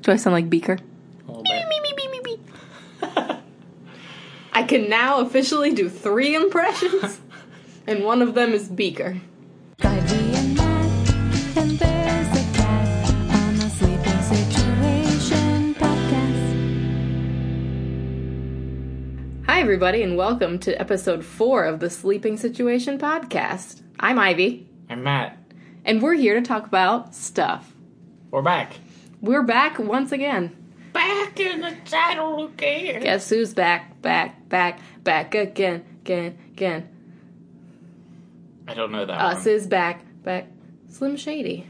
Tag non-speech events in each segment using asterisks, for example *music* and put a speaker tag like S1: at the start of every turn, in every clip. S1: Do I sound like Beaker?
S2: A little bit.
S1: I can now officially do three impressions, and one of them is Beaker.
S3: Budgie and Matt, and there's a cat on the Sleeping Situation podcast.
S1: Hi, everybody, and welcome to episode four of the Sleeping Situation podcast. I'm Ivy,
S2: I'm Matt.
S1: and we're here to talk about stuff.
S2: We're back.
S1: We're back once again.
S2: Back in the saddle again.
S1: Guess who's back, back, back, back again, again, again.
S2: I don't know that
S1: Us
S2: one.
S1: is back, back. Slim Shady.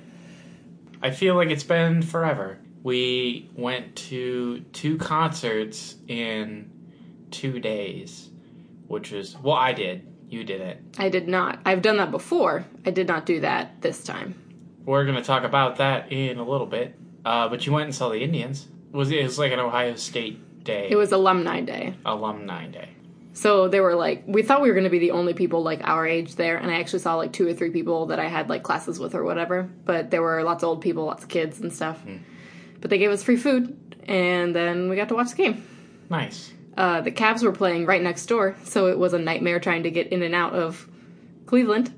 S2: I feel like it's been forever. We went to two concerts in two days, which is well, I did. You didn't.
S1: I did not. I've done that before. I did not do that this time.
S2: We're gonna talk about that in a little bit. Uh, but you went and saw the Indians. It was it was like an Ohio State Day
S1: It was Alumni Day.
S2: alumni day.
S1: So they were like, we thought we were going to be the only people like our age there, and I actually saw like two or three people that I had like classes with or whatever. But there were lots of old people, lots of kids and stuff. But they gave us free food, and then we got to watch the game.
S2: Nice.
S1: Uh, the Cavs were playing right next door, so it was a nightmare trying to get in and out of Cleveland.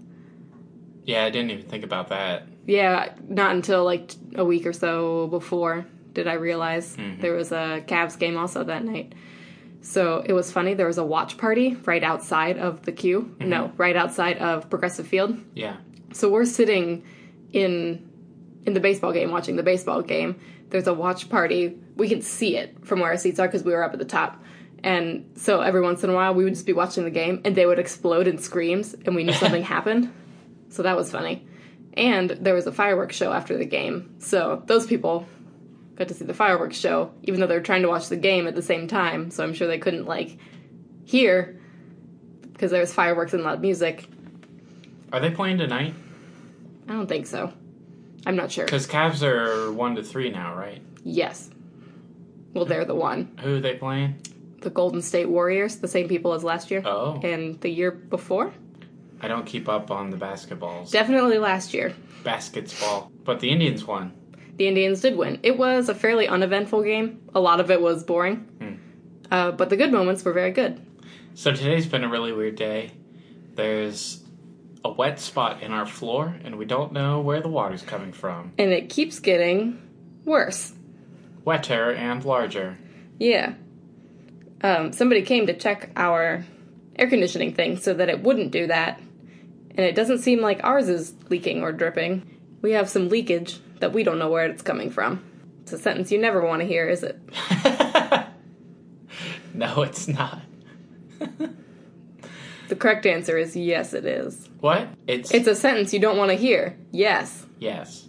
S2: Yeah, I didn't even think about that.
S1: Yeah, not until like t- a week or so before did I realize there was a Cavs game also that night. So it was funny. There was a watch party right outside of the queue. No, right outside of Progressive Field.
S2: Yeah.
S1: So we're sitting in in the baseball game watching the baseball game. There's a watch party. We can see it from where our seats are because we were up at the top. And so every once in a while, we would just be watching the game, and they would explode in screams, and we knew something happened. So that was funny. And there was a fireworks show after the game, so those people got to see the fireworks show, even though they were trying to watch the game at the same time. So I'm sure they couldn't like hear because there was fireworks and loud music.
S2: Are they playing tonight?
S1: I don't think so. I'm not sure.
S2: Because Cavs are one to three now, right?
S1: Yes. Well, they're the one.
S2: Who are they playing?
S1: The Golden State Warriors, the same people as last year
S2: Oh,
S1: and the year before.
S2: I don't keep up on the basketballs.
S1: Definitely last year.
S2: Baskets ball. But the Indians won.
S1: The Indians did win. It was a fairly uneventful game. A lot of it was boring. Uh, but the good moments were very good.
S2: So today's been a really weird day. There's a wet spot in our floor, and we don't know where the water's coming from.
S1: And it keeps getting worse.
S2: Wetter and larger. *laughs*
S1: Yeah. Um, somebody came to check our air conditioning thing so that it wouldn't do that. And it doesn't seem like ours is leaking or dripping. We have some leakage that we don't know where it's coming from. It's a sentence you never want to hear, is it?
S2: No, it's not.
S1: The correct answer is yes, it is.
S2: What? It's,
S1: It's a sentence you don't want to hear. Yes,
S2: yes.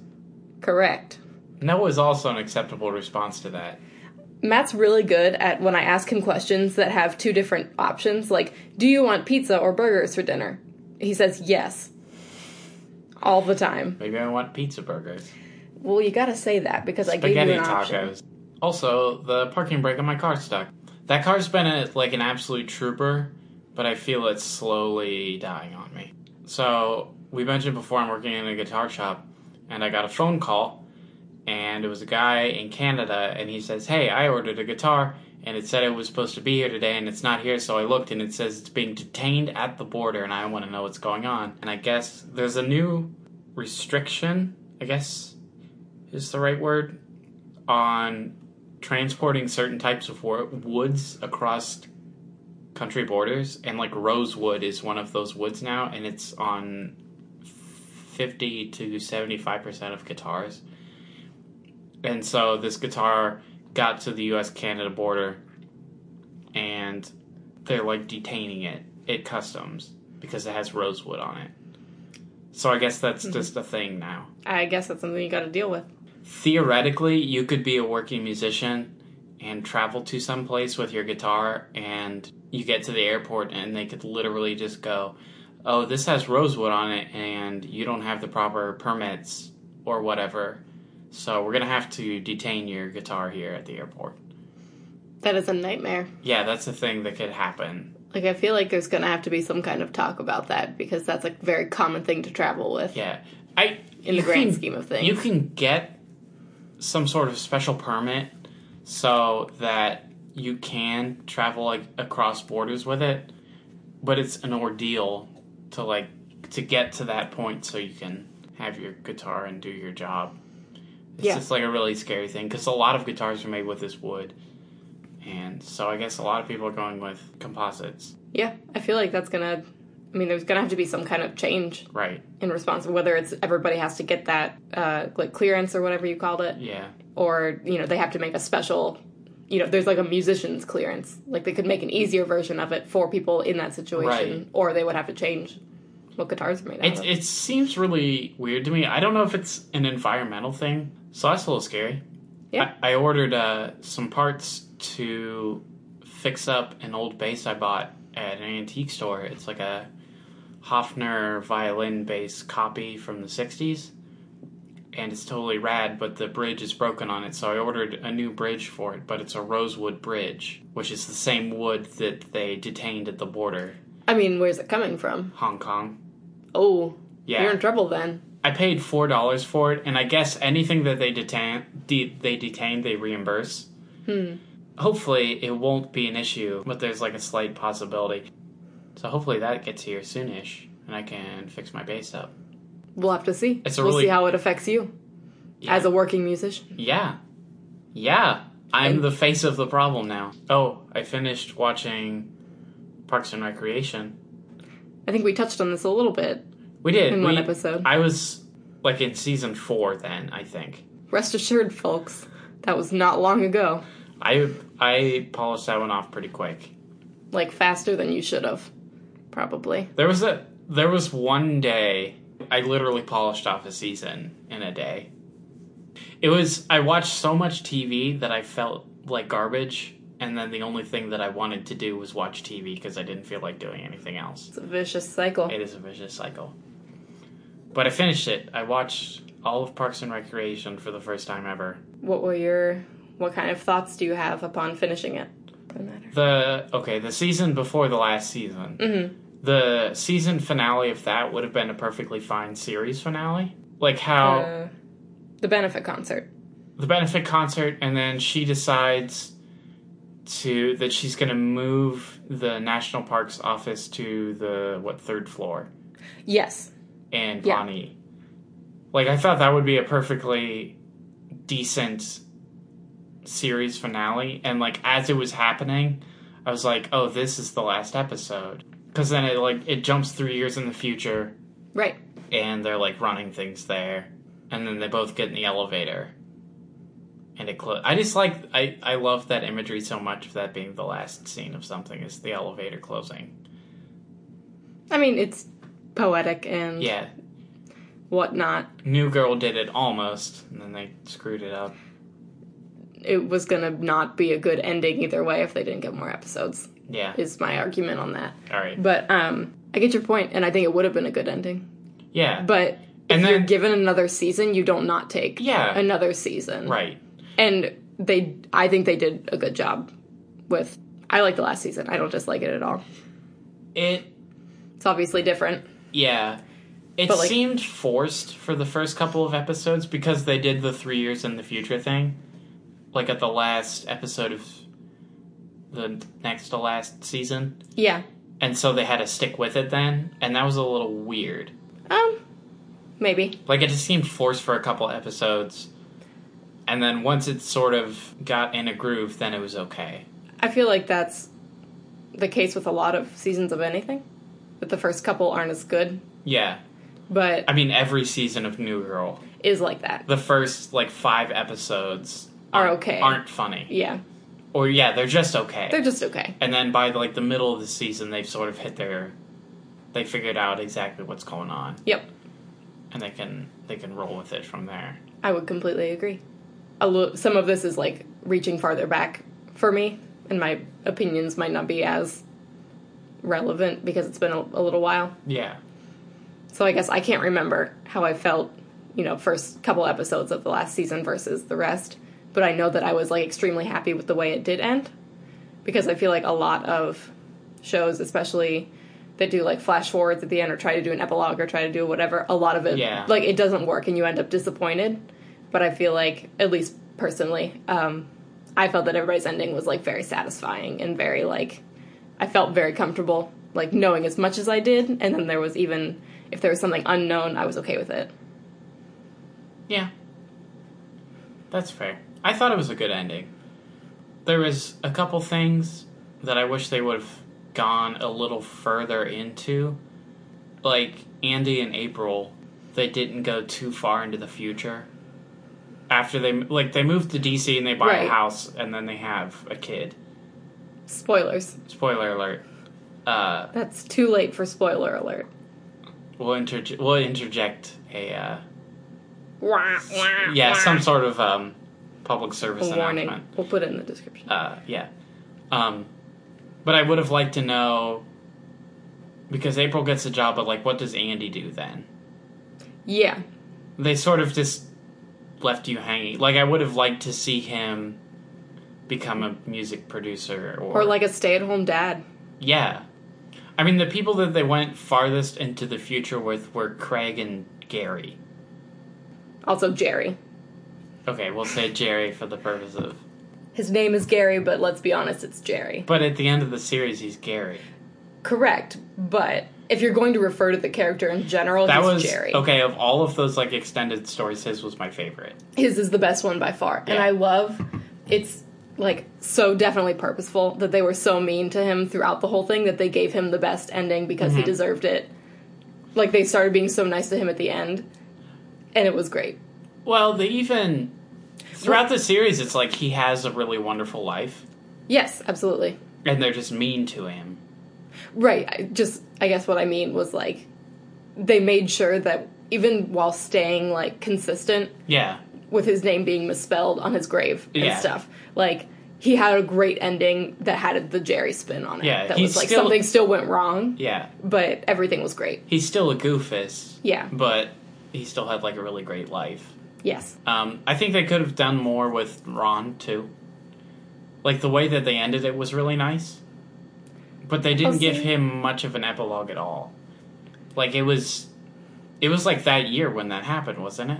S1: correct.
S2: No is also an acceptable response to that.
S1: Matt's really good at when I ask him questions that have two different options, like, do you want pizza or burgers for dinner? He says yes. All the time.
S2: Maybe I want pizza burgers.
S1: Well, you gotta say that because I gave you
S2: spaghetti
S1: an option.
S2: tacos. Also, the parking brake on my car stuck. That car's been a, like an absolute trooper, but I feel it's slowly dying on me. So we mentioned before I'm working in a guitar shop, and I got a phone call, and it was a guy in Canada, and he says, "Hey, I ordered a guitar." And it said it was supposed to be here today, and it's not here. So I looked, and it says it's being detained at the border, and I want to know what's going on. And I guess there's a new restriction. I guess is the right word on transporting certain types of wo- woods across country borders and like rosewood is one of those woods now and it's on 50 to 75% of guitars and so this guitar got to the US Canada border and they're like detaining it at customs because it has rosewood on it so i guess that's just a thing now
S1: I guess that's something you gotta deal with.
S2: theoretically you could be a working musician and travel to some place with your guitar and you get to the airport and they could literally just go oh this has rosewood on it and you don't have the proper permits or whatever so we're going to have to detain your guitar here at the airport
S1: That is a nightmare.
S2: yeah that's the thing that could happen
S1: Like, I feel like there's gonna have to be some kind of talk about that because that's a very common thing to travel with.
S2: yeah i
S1: in
S2: You
S1: the grand
S2: can-
S1: scheme of things.
S2: You can get some sort of special permit so that you can travel like across borders with it, but it's an ordeal to like to get to that point so you can have your guitar and do your job. It's
S1: Yeah.
S2: just like a really scary thing because a lot of guitars are made with this wood, and so I guess a lot of people are going with composites,
S1: yeah, I feel like that's gonna. I mean, there's gonna have to be some kind of change
S2: right?
S1: in response, whether it's everybody has to get that uh, like clearance or whatever you called it,
S2: Yeah.
S1: or you know they have to make a special. You know, there's like a musician's clearance. Like they could make an easier version of it for people in that situation,
S2: Right.
S1: or they would have to change what guitars are made out
S2: It,
S1: of.
S2: it seems really weird to me. I don't know if it's an environmental thing, so that's a little scary.
S1: Yeah.
S2: I, I ordered uh, some parts to fix up an old bass I bought at an antique store. It's like a Hofner violin bass copy from the 60s, and it's totally rad, but the bridge is broken on it, so I ordered a new bridge for it, but it's a rosewood bridge, which is the same wood that they detained at the border,
S1: I mean, where's it coming from?
S2: Hong Kong.
S1: Oh,
S2: Yeah.
S1: you're in trouble then.
S2: I paid four dollars for it, and I guess anything that they detain de- they detain they reimburse. Hmm. Hopefully, it won't be an issue, but there's like a slight possibility. So hopefully that gets here soonish, and I can fix my bass up.
S1: We'll have to see.
S2: It's a
S1: we'll
S2: really-
S1: see how it affects you
S2: Yeah.
S1: as a working musician.
S2: Yeah, yeah. I'm the face of the problem now. Oh, I finished watching Parks and Recreation.
S1: I think we touched on this a little bit.
S2: We did
S1: In one
S2: We-
S1: episode.
S2: I was like in season four then. I think.
S1: Rest assured, folks, that was not long ago.
S2: I I polished that one off pretty quick.
S1: Like faster than you should have, probably.
S2: There was a there was one day I literally polished off a season in a day. It was I watched so much TV that I felt like garbage and then the only thing that I wanted to do was watch TV because I didn't feel like doing anything else.
S1: It's a vicious cycle.
S2: It is a vicious cycle. But I finished it. I watched all of Parks and Recreation for the first time ever.
S1: What were your? What kind of thoughts do you have upon finishing it? Doesn't matter.
S2: The okay, the season before the last season.
S1: Mm-hmm.
S2: The season finale of that would have been a perfectly fine series finale. Like how
S1: Uh, the benefit concert.
S2: the benefit concert and then she decides to that she's going to move the national parks office to the what third floor
S1: Yes.
S2: and
S1: Yeah.
S2: Bonnie like I thought that would be a perfectly decent series finale and like as it was happening I was like oh this is the last episode cuz then it like it jumps 3 years in the future
S1: Right.
S2: and they're like running things there and then they both get in the elevator and it close i just like i i love that imagery so much of that being the last scene of something is the elevator closing
S1: I mean, it's poetic and
S2: yeah
S1: whatnot.
S2: new girl did it almost and then they screwed it up
S1: It was gonna not be a good ending either way if they didn't get more episodes.
S2: yeah
S1: Is my argument on that.
S2: all right
S1: But um, I get your point, and I think it would have been a good ending.
S2: yeah
S1: But if
S2: And
S1: you're
S2: then-
S1: given another season, you don't not take
S2: Yeah.
S1: another season,
S2: right
S1: And they, I think they did a good job with. I like the last season. I don't dislike it at all.
S2: it
S1: It's obviously different.
S2: yeah it
S1: But, like-
S2: seemed forced for the first couple of episodes because they did the three years in the future thing like at the last episode of the next to last season
S1: Yeah.
S2: and so they had to stick with it then, and that was a little weird.
S1: Um. Maybe.
S2: Like it just seemed forced for a couple episodes, and then once it sort of got in a groove, then it was okay.
S1: I feel like that's the case with a lot of seasons of anything. That the first couple aren't as good,
S2: Yeah,
S1: but
S2: I mean every season of New Girl,
S1: is like that.
S2: the first like five episodes
S1: Are
S2: aren't-
S1: okay.
S2: aren't funny,
S1: Yeah.
S2: or yeah, they're just okay.
S1: They're just okay.
S2: and then by like the middle of the season, they've sort of hit their, they figured out exactly what's going on,
S1: Yep.
S2: and they can they can roll with it from there.
S1: I would completely agree. A lo- some of this is like reaching farther back for me, and my opinions might not be as relevant because it's been a, a little while.
S2: Yeah,
S1: So I guess I can't remember how I felt, you know, first couple episodes of the last season versus the rest, but I know that I was like extremely happy with the way it did end because I feel like a lot of shows, especially that do like flash forwards at the end or try to do an epilogue or try to do whatever, a lot of it
S2: Yeah.
S1: like it doesn't work and you end up disappointed. But I feel like, at least personally, um, I felt that everybody's ending was like very satisfying and very like I felt very comfortable like knowing as much as I did, and then there was even if there was something unknown, I was okay with it.
S2: Yeah. That's fair. I thought it was a good ending. There was a couple things that I wish they would have gone a little further into. Like Andy and April, they didn't go too far into the future. After they like they moved to DC and they buy
S1: Right.
S2: a house and then they have a kid.
S1: Spoilers.
S2: Spoiler alert. Uh,
S1: That's too late for spoiler alert.
S2: we'll interj- we'll interject a uh,
S1: Wah, wah,
S2: yeah
S1: wah.
S2: some sort of um, public
S1: A
S2: service
S1: warning.
S2: announcement.
S1: We'll put it in the description.
S2: uh, yeah. Um, but I would have liked to know because April gets a job, but like, what does Andy do then?
S1: Yeah,
S2: They sort of just left you hanging. Like, I would have liked to see him become a music producer or,
S1: or like a stay-at-home dad.
S2: yeah. I mean, the people that they went farthest into the future with were Craig and Gary.
S1: Also Jerry.
S2: Okay, we'll say Jerry for the purpose of.
S1: His name is Gary, but let's be honest, it's Jerry.
S2: But at the end of the series, he's Gary.
S1: Correct, but if you're going to refer to the character in general,
S2: That
S1: he's
S2: was
S1: Jerry.
S2: okay. Of all of those like extended stories, his was my favorite.
S1: his is the best one by far and
S2: Yeah.
S1: i love it's like so definitely purposeful that they were so mean to him throughout the whole thing that they gave him the best ending because he deserved it like they started being so nice to him at the end and it was great
S2: Well, they even throughout the series, it's like he has a really wonderful life,
S1: yes absolutely
S2: and they're just mean to him.
S1: right I just i guess what i mean was like they made sure that even while staying like consistent
S2: Yeah,
S1: with his name being misspelled on his grave and
S2: Yeah.
S1: stuff. Like he had a great ending that had the Jerry spin on it.
S2: Yeah,
S1: that
S2: he's
S1: was like
S2: still-
S1: something still went wrong,
S2: yeah.
S1: but everything was great.
S2: He's still a goofus,
S1: Yeah.
S2: but he still had like a really great life.
S1: Yes.
S2: Um, I think they could have done more with Ron too. Like the way that they ended it was really nice, but they didn't
S1: I'll
S2: give
S1: Oh, see.
S2: him much of an epilogue at all. Like it was, it was like that year when that happened, wasn't it?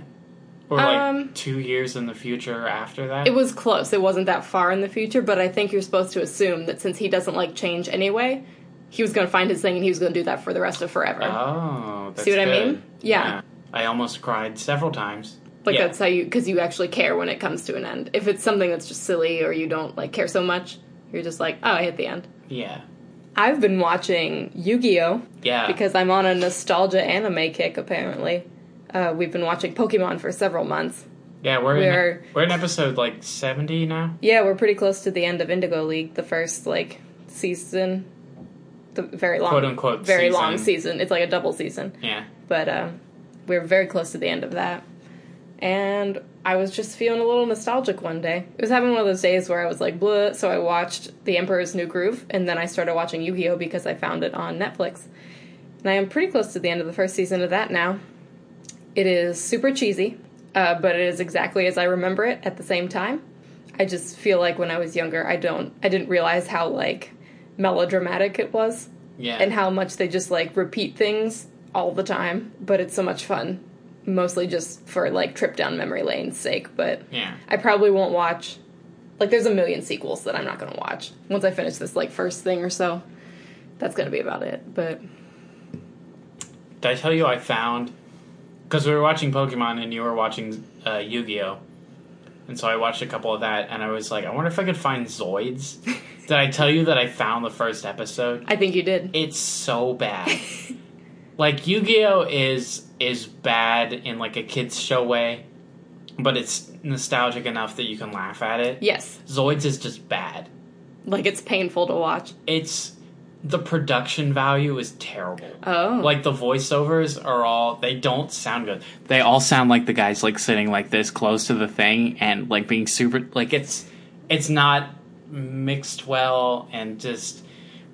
S2: Or like
S1: Um,
S2: two years in the future after that.
S1: It was close. It wasn't that far in the future, but I think you're supposed to assume that since he doesn't like change anyway, he was going to find his thing and he was going to do that for the rest of forever.
S2: Oh, that's
S1: See what I
S2: good.
S1: mean? Yeah.
S2: I almost cried several times.
S1: like
S2: Yeah.
S1: that's how you because you actually care when it comes to an end. If it's something that's just silly or you don't like care so much, you're just like, oh, I hit the end.
S2: yeah,
S1: I've been watching Yu-Gi-Oh.
S2: yeah.
S1: because I'm on a nostalgia anime kick. Apparently, uh, we've been watching Pokemon for several months.
S2: yeah, we're
S1: we're-
S2: in, we're in episode like seventy now.
S1: Yeah, we're pretty close to the end of Indigo League, the first like season, the very long,
S2: Quote, unquote,
S1: very
S2: season.
S1: long season. It's like a double season,
S2: Yeah,
S1: but um, we're very close to the end of that. And I was just feeling a little nostalgic one day. It was having one of those days where I was like, blah. So I watched The Emperor's New Groove, and then I started watching Yu Gi Oh! because I found it on Netflix. And I am pretty close to the end of the first season of that now. It is super cheesy, uh, but it is exactly as I remember it at the same time. I just feel like when I was younger, I don't, I didn't realize how like melodramatic it was
S2: yeah.
S1: and how much they just like repeat things all the time, but it's so much fun. Mostly just for like trip down memory lane's sake, but
S2: yeah,
S1: I probably won't watch. Like, there's a million sequels that I'm not gonna watch. Once I finish this like first thing or so, that's gonna be about it. But
S2: Did I tell you I found? Because we were watching Pokemon and you were watching uh, Yu Gi Oh! And so I watched a couple of that and I was like, I wonder if I could find Zoids. Did I tell you that I found the first episode?
S1: I think you did.
S2: It's so bad. like Yu Gi Oh is is bad in like a kids show way, but it's nostalgic enough that you can laugh at it.
S1: Yes,
S2: Zoids is just bad.
S1: like it's painful to watch.
S2: It's the production value is terrible.
S1: Oh,
S2: Like the voiceovers are all they don't sound good. They all sound like the guys like sitting like this close to the thing and like being super like it's it's not mixed well and just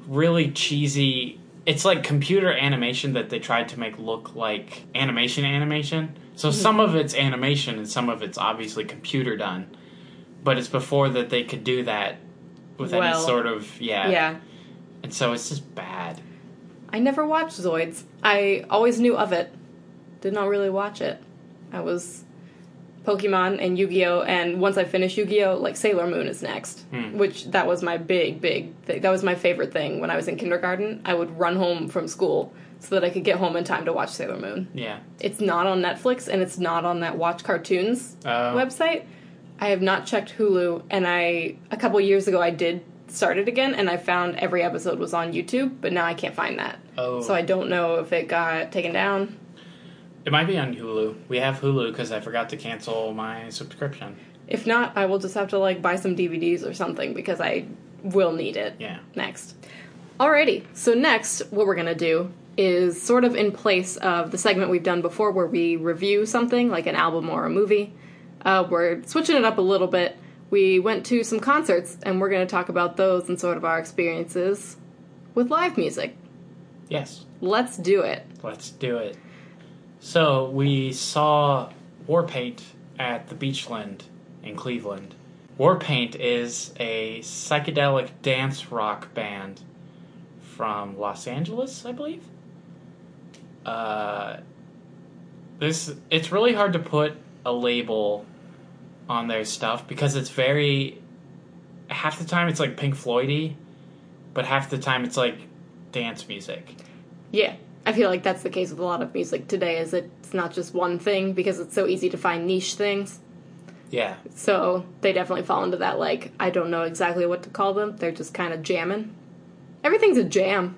S2: really cheesy. It's like computer animation that they tried to make look like animation animation. So some of it's animation and some of it's obviously computer done. But it's before that they could do that with
S1: Well,
S2: any sort of yeah.
S1: yeah.
S2: And so it's just bad.
S1: I never watched Zoids. I always knew of it. Did not really watch it. I was Pokemon and Yu-Gi-Oh, and once I finished Yu-Gi-Oh, like Sailor Moon is next, which that was my big, big. Thing. That was my favorite thing when I was in kindergarten. I would run home from school so that I could get home in time to watch Sailor Moon.
S2: Yeah.
S1: It's not on Netflix and it's not on that Watch Cartoons
S2: Oh.
S1: website. I have not checked Hulu, and I a couple years ago I did start it again, and I found every episode was on YouTube, but now I can't find that.
S2: Oh.
S1: So I don't know if it got taken down.
S2: It might be on Hulu. We have Hulu because I forgot to cancel my subscription.
S1: If not, I will just have to like buy some DVDs or something because I will need it.
S2: Yeah.
S1: Next. Alrighty. So next, what we're gonna do is sort of in place of the segment we've done before, where we review something like an album or a movie. Uh, we're switching it up a little bit. We went to some concerts, and we're gonna talk about those and sort of our experiences with live music.
S2: Yes.
S1: Let's do it.
S2: Let's do it. So we saw Warpaint at the Beachland in Cleveland. Warpaint is a psychedelic dance rock band from Los Angeles, I believe. Uh, this it's really hard to put a label on their stuff because it's very half the time it's like Pink Floydy, but half the time it's like dance music.
S1: Yeah. I feel like that's the case with a lot of music today is it's not just one thing because it's so easy to find niche things.
S2: Yeah.
S1: So they definitely fall into that like I don't know exactly what to call them. They're just kind of jamming. Everything's a jam.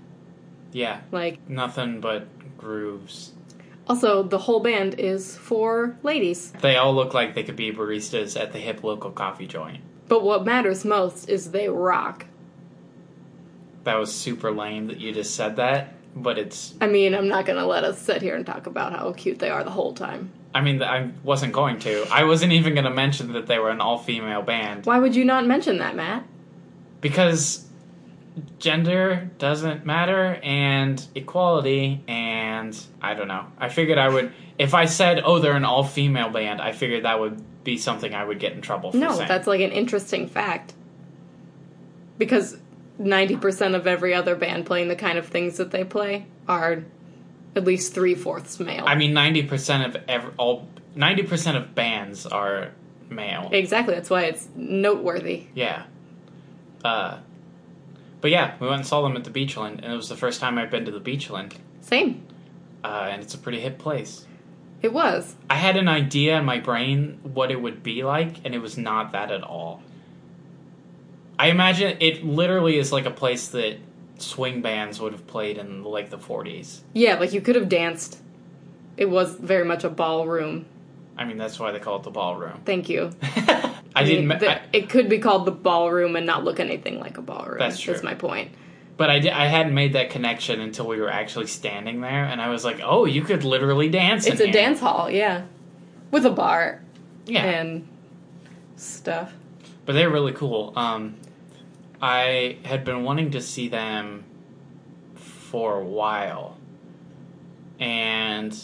S2: Yeah.
S1: Like
S2: Nothing but grooves.
S1: also the whole band is for ladies.
S2: They all look like they could be baristas at the hip local coffee joint.
S1: But what matters most is they rock.
S2: That was super lame that you just said that, but it's.
S1: I mean, I'm not going to let us sit here and talk about how cute they are the whole time.
S2: I mean, I wasn't going to. I wasn't even going to mention that they were an all female band
S1: Why would you not mention that, Matt?
S2: because gender doesn't matter and equality and I don't know. I figured I would. If I said, oh, they're an all female band, I figured that would be something I would get in trouble for
S1: No,
S2: saying.
S1: that's like an interesting fact. Because 90% of every other band playing the kind of things that they play are at least three fourths male.
S2: I mean, ninety percent of ev all ninety percent of bands are male.
S1: exactly, that's why it's noteworthy.
S2: Yeah. Uh, but yeah, we went and saw them at the Beachland, and it was the first time I've been to the Beachland,
S1: Same.
S2: uh, and it's a pretty hip place.
S1: It was.
S2: I had an idea in my brain what it would be like, and it was not that at all. I imagine it literally is like a place that swing bands would have played in like the forties.
S1: Yeah, like you could have danced. It was very much a ballroom.
S2: I mean, that's why they call it the ballroom. *laughs*
S1: Thank you.
S2: I didn't.
S1: mean,
S2: ma-
S1: the-
S2: I-
S1: it could be called the ballroom and not look anything like a ballroom.
S2: That's true.
S1: Is my point.
S2: But I, di- I hadn't made that connection until we were actually standing there, and I was like, "Oh, you could literally dance." in
S1: It's a
S2: here.
S1: dance hall, yeah, with a bar
S2: yeah.
S1: and stuff.
S2: but they're really cool. Um, I had been wanting to see them for a while, and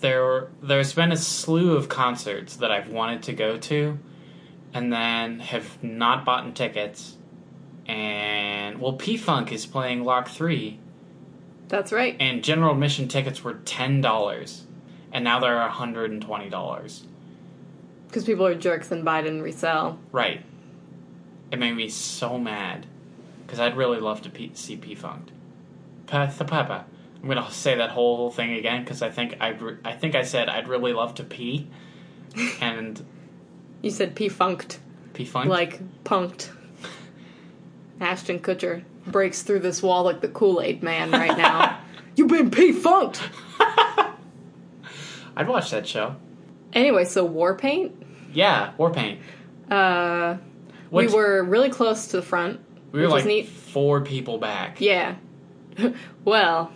S2: there there's been a slew of concerts that I've wanted to go to, and then have not bought tickets. And well, P Funk is playing Lock Three,
S1: That's right.
S2: and general admission tickets were ten dollars, and now they're hundred and twenty dollars.
S1: Because people are jerks and buy it and resell.
S2: Right. It made me so mad because I'd really love to pe- see P Funked. Path the Papa. I'm gonna say that whole thing again because I think I re- I think I said I'd really love to pee, and
S1: You said P funked,
S2: P Funk.
S1: like punked. Ashton Kutcher breaks through this wall like the Kool Aid Man right now. You've been P funked.
S2: I'd watch that show.
S1: Anyway, so war paint.
S2: Yeah, Warpaint.
S1: Uh,
S2: Which-
S1: we were really close to the front.
S2: we were
S1: which was
S2: like
S1: neat.
S2: four people back.
S1: Yeah. *laughs* well,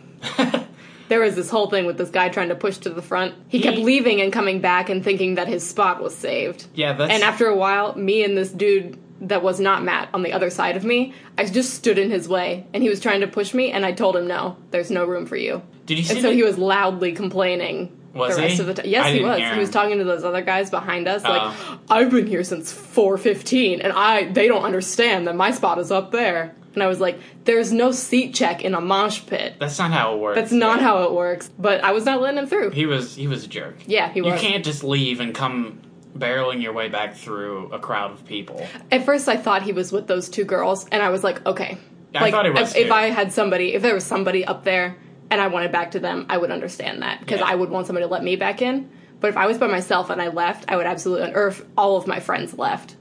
S1: there was this whole thing with this guy trying to push to the front. He, kept
S2: He-
S1: leaving and coming back and thinking that his spot was saved.
S2: *laughs* yeah, that's
S1: And after a while, me and this dude that was not Matt on the other side of me, I just stood in his way and he was trying to push me and I told him no, there's no room for you.
S2: Did you see?
S1: And so
S2: the-
S1: he was loudly complaining
S2: Was
S1: the rest
S2: he?
S1: of the time. Yes,
S2: I
S1: he
S2: didn't
S1: was.
S2: hear
S1: He was
S2: him.
S1: talking to those other guys behind us, like,
S2: Oh.
S1: "I've been here since 4:15, and I they don't understand that my spot is up there." And I was like, there's no seat check in a mosh pit.
S2: That's not how it works.
S1: That's not how it works. But I was not letting him through.
S2: He was. He was a jerk.
S1: Yeah, he
S2: You
S1: was.
S2: can't just leave and come barreling your way back through a crowd of people.
S1: At first, I thought he was with those two girls, and I was like, okay.
S2: Yeah, I
S1: like,
S2: thought he was,
S1: if, if
S2: too.
S1: I had somebody, if there was somebody up there and I wanted back to them, I would understand that because
S2: Yeah.
S1: I would want somebody to let me back in. But if I was by myself and I left, I would absolutely, or if all of my friends left,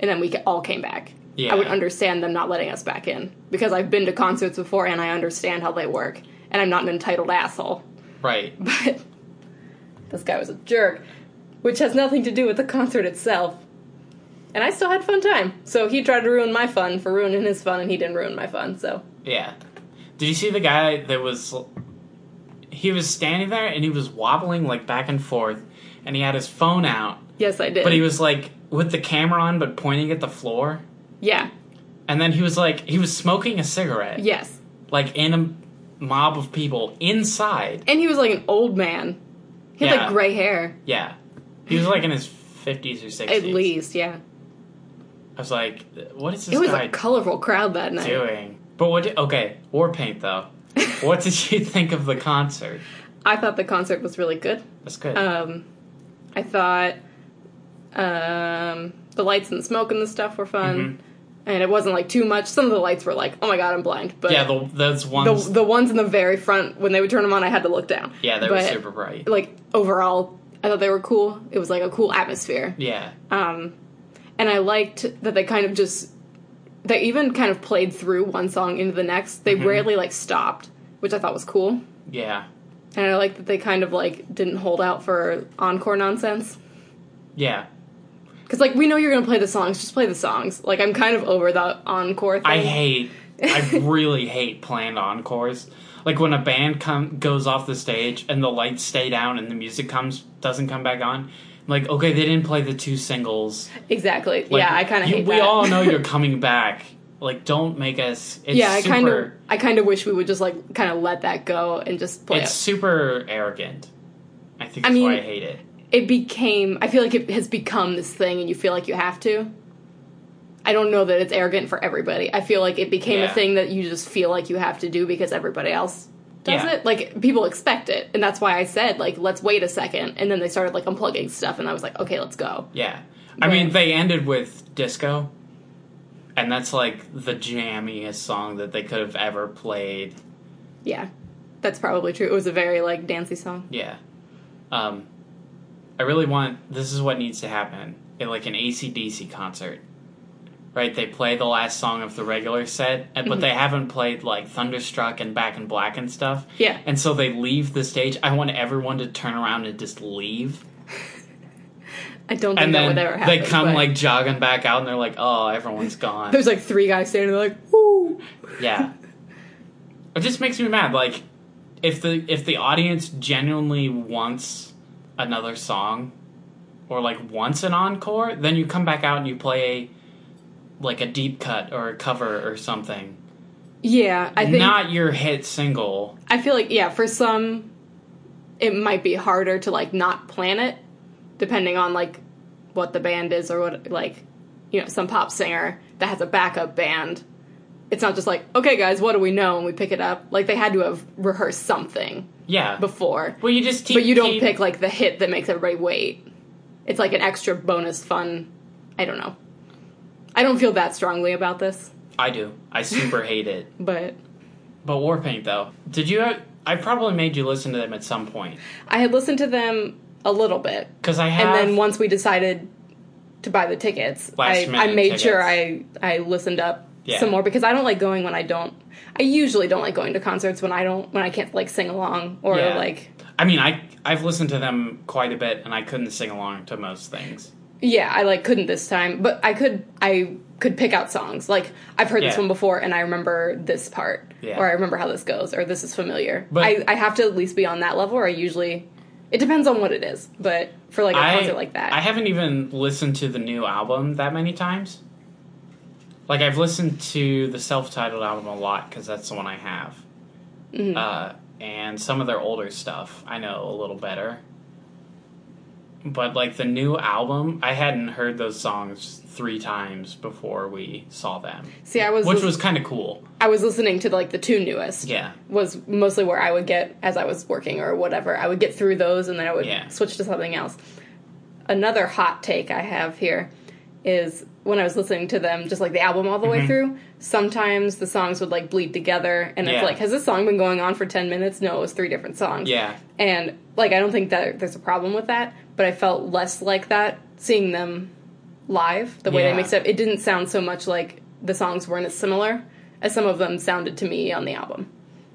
S1: and then we ca- all came back,
S2: Yeah.
S1: I would understand them not letting us back in because I've been to concerts before and I understand how they work, and I'm not an entitled asshole.
S2: Right.
S1: But *laughs* this guy was a jerk, which has nothing to do with the concert itself. And I still had fun time. So he tried to ruin my fun for ruining his fun, and he didn't ruin my fun. So
S2: Yeah. Did you see the guy that was? He was standing there and he was wobbling like back and forth, and he had his phone out,
S1: yes, I did.
S2: but he was like with the camera on but pointing at the floor.
S1: yeah,
S2: And then he was like, he was smoking a cigarette,
S1: yes,
S2: like in a mob of people inside.
S1: and he was like an old man. He had
S2: Yeah.
S1: like gray hair,
S2: Yeah, he was like in his fifties or sixties.
S1: at least. Yeah,
S2: I was like, what is this
S1: it was
S2: guy
S1: a colorful crowd that night.
S2: doing? But what? Did, okay, war paint though. what did you *laughs* think of the concert?
S1: *laughs* I thought the concert was really good.
S2: That's good.
S1: Um, I thought um, the lights and the smoke and the stuff were fun,
S2: Mm-hmm.
S1: and it wasn't like too much. Some of the lights were like, "Oh my god, I'm blind," but
S2: yeah, the, those
S1: the
S2: ones.
S1: the ones in the very front when they would turn them on, I had to look down.
S2: yeah, they were
S1: but,
S2: super bright.
S1: Like overall, I thought they were cool. It was like a cool atmosphere,
S2: Yeah,
S1: uh, and I liked that they kind of just they even kind of played through one song into the next.
S2: Mm-hmm.
S1: They rarely like stopped, which I thought was cool.
S2: yeah,
S1: And I liked that they kind of like didn't hold out for encore nonsense.
S2: yeah.
S1: Cause like we know you're gonna play the songs, just play the songs. Like I'm kind of over the encore thing.
S2: I hate. I
S1: *laughs*
S2: really hate planned encores. Like when a band come goes off the stage and the lights stay down and the music comes doesn't come back on. I'm like, okay, they didn't play the two singles.
S1: exactly.
S2: Like,
S1: yeah, I kind of
S2: you-
S1: hate
S2: We
S1: that.
S2: all
S1: *laughs*
S2: know you're coming back. Like, don't make us. It's
S1: yeah, I
S2: super,
S1: kind of I kind of wish we would just like kind of let that go and just play.
S2: It's
S1: it.
S2: super arrogant. I think
S1: I
S2: that's why I
S1: mean-
S2: hate it.
S1: it became i feel like it has become this thing and you feel like you have to i don't know that it's arrogant for everybody i feel like it became
S2: Yeah.
S1: a thing that you just feel like you have to do because everybody else does
S2: Yeah.
S1: it like people expect it and that's why i said like let's wait a second and then they started like unplugging stuff and i was like okay let's go
S2: Yeah. I
S1: Right.
S2: mean, they ended with disco, and that's like the jammiest song that they could have ever played.
S1: yeah that's probably true it was a very like dancey song
S2: Yeah. Um, I really want this is what needs to happen in like an ACDC concert. Right, they play the last song of the regular set, and-
S1: Mm-hmm.
S2: but they haven't played like Thunderstruck and Back in Black and stuff.
S1: Yeah.
S2: And so they leave the stage. I want everyone to turn around and just leave.
S1: i don't think
S2: And
S1: that
S2: then
S1: would ever happen
S2: they come
S1: but-
S2: like jogging back out and they're like, oh, everyone's gone.
S1: there's like three guys standing there like woo
S2: Yeah. It just makes me mad. Like, if the if the audience genuinely wants another song, or like wants an encore, then you come back out and you play like a deep cut or a cover or something.
S1: yeah i think
S2: Not your hit single.
S1: I feel like yeah, for some it might be harder to like not plan it depending on like what the band is or what like you know, some pop singer that has a backup band. It's not just like, okay guys, what do we know and we pick it up. Like they had to have rehearsed something
S2: Yeah.
S1: before.
S2: well, you just keep,
S1: But you don't
S2: keep-
S1: pick like the hit that makes everybody wait. It's like an extra bonus fun. I don't know. I don't feel that strongly about this,
S2: I do. I super hate it.
S1: but
S2: But Warpaint though, did you? I probably made you listen to them at some point
S1: I had listened to them a little bit
S2: because I have.
S1: and then once we decided to buy the tickets,
S2: Last
S1: I, I
S2: minute
S1: made
S2: tickets.
S1: sure I I listened up
S2: Yeah.
S1: some more because I don't like going when I don't. I usually don't like going to concerts when I don't when I can't like sing along or
S2: Yeah.
S1: like
S2: I mean, I I've listened to them quite a bit, and I couldn't sing along to most things.
S1: yeah I like couldn't this time, but I could I could pick out songs like I've heard this
S2: Yeah.
S1: one before and I remember this part
S2: Yeah.
S1: or I remember how this goes or this is familiar.
S2: But-
S1: I I have to at least be on that level or I usually. It depends on what it is, but for like a
S2: I
S1: concert like that,
S2: I haven't even listened to the new album that many times. Like I've listened to the self-titled album a lot because that's the one I have,
S1: Mm-hmm.
S2: uh, and some of their older stuff I know a little better. But like the new album, I hadn't heard those songs three times before we saw them,
S1: See, I was,
S2: which
S1: lis-
S2: was kind of cool.
S1: I was listening to like the two newest.
S2: Yeah,
S1: Was mostly where I would get as I was working or whatever. I would get through those and then I would
S2: Yeah.
S1: switch to something else. Another hot take I have here is when I was listening to them, just like the album all the
S2: Mm-hmm.
S1: way through. Sometimes the songs would like bleed together, and
S2: Yeah.
S1: it's like, has this song been going on for ten minutes? No, it was three different songs.
S2: yeah,
S1: And like I don't think that there's a problem with that, but I felt less like that seeing them live. The way
S2: Yeah.
S1: they mixed up, it didn't sound so much like the songs weren't as similar as some of them sounded to me on the album.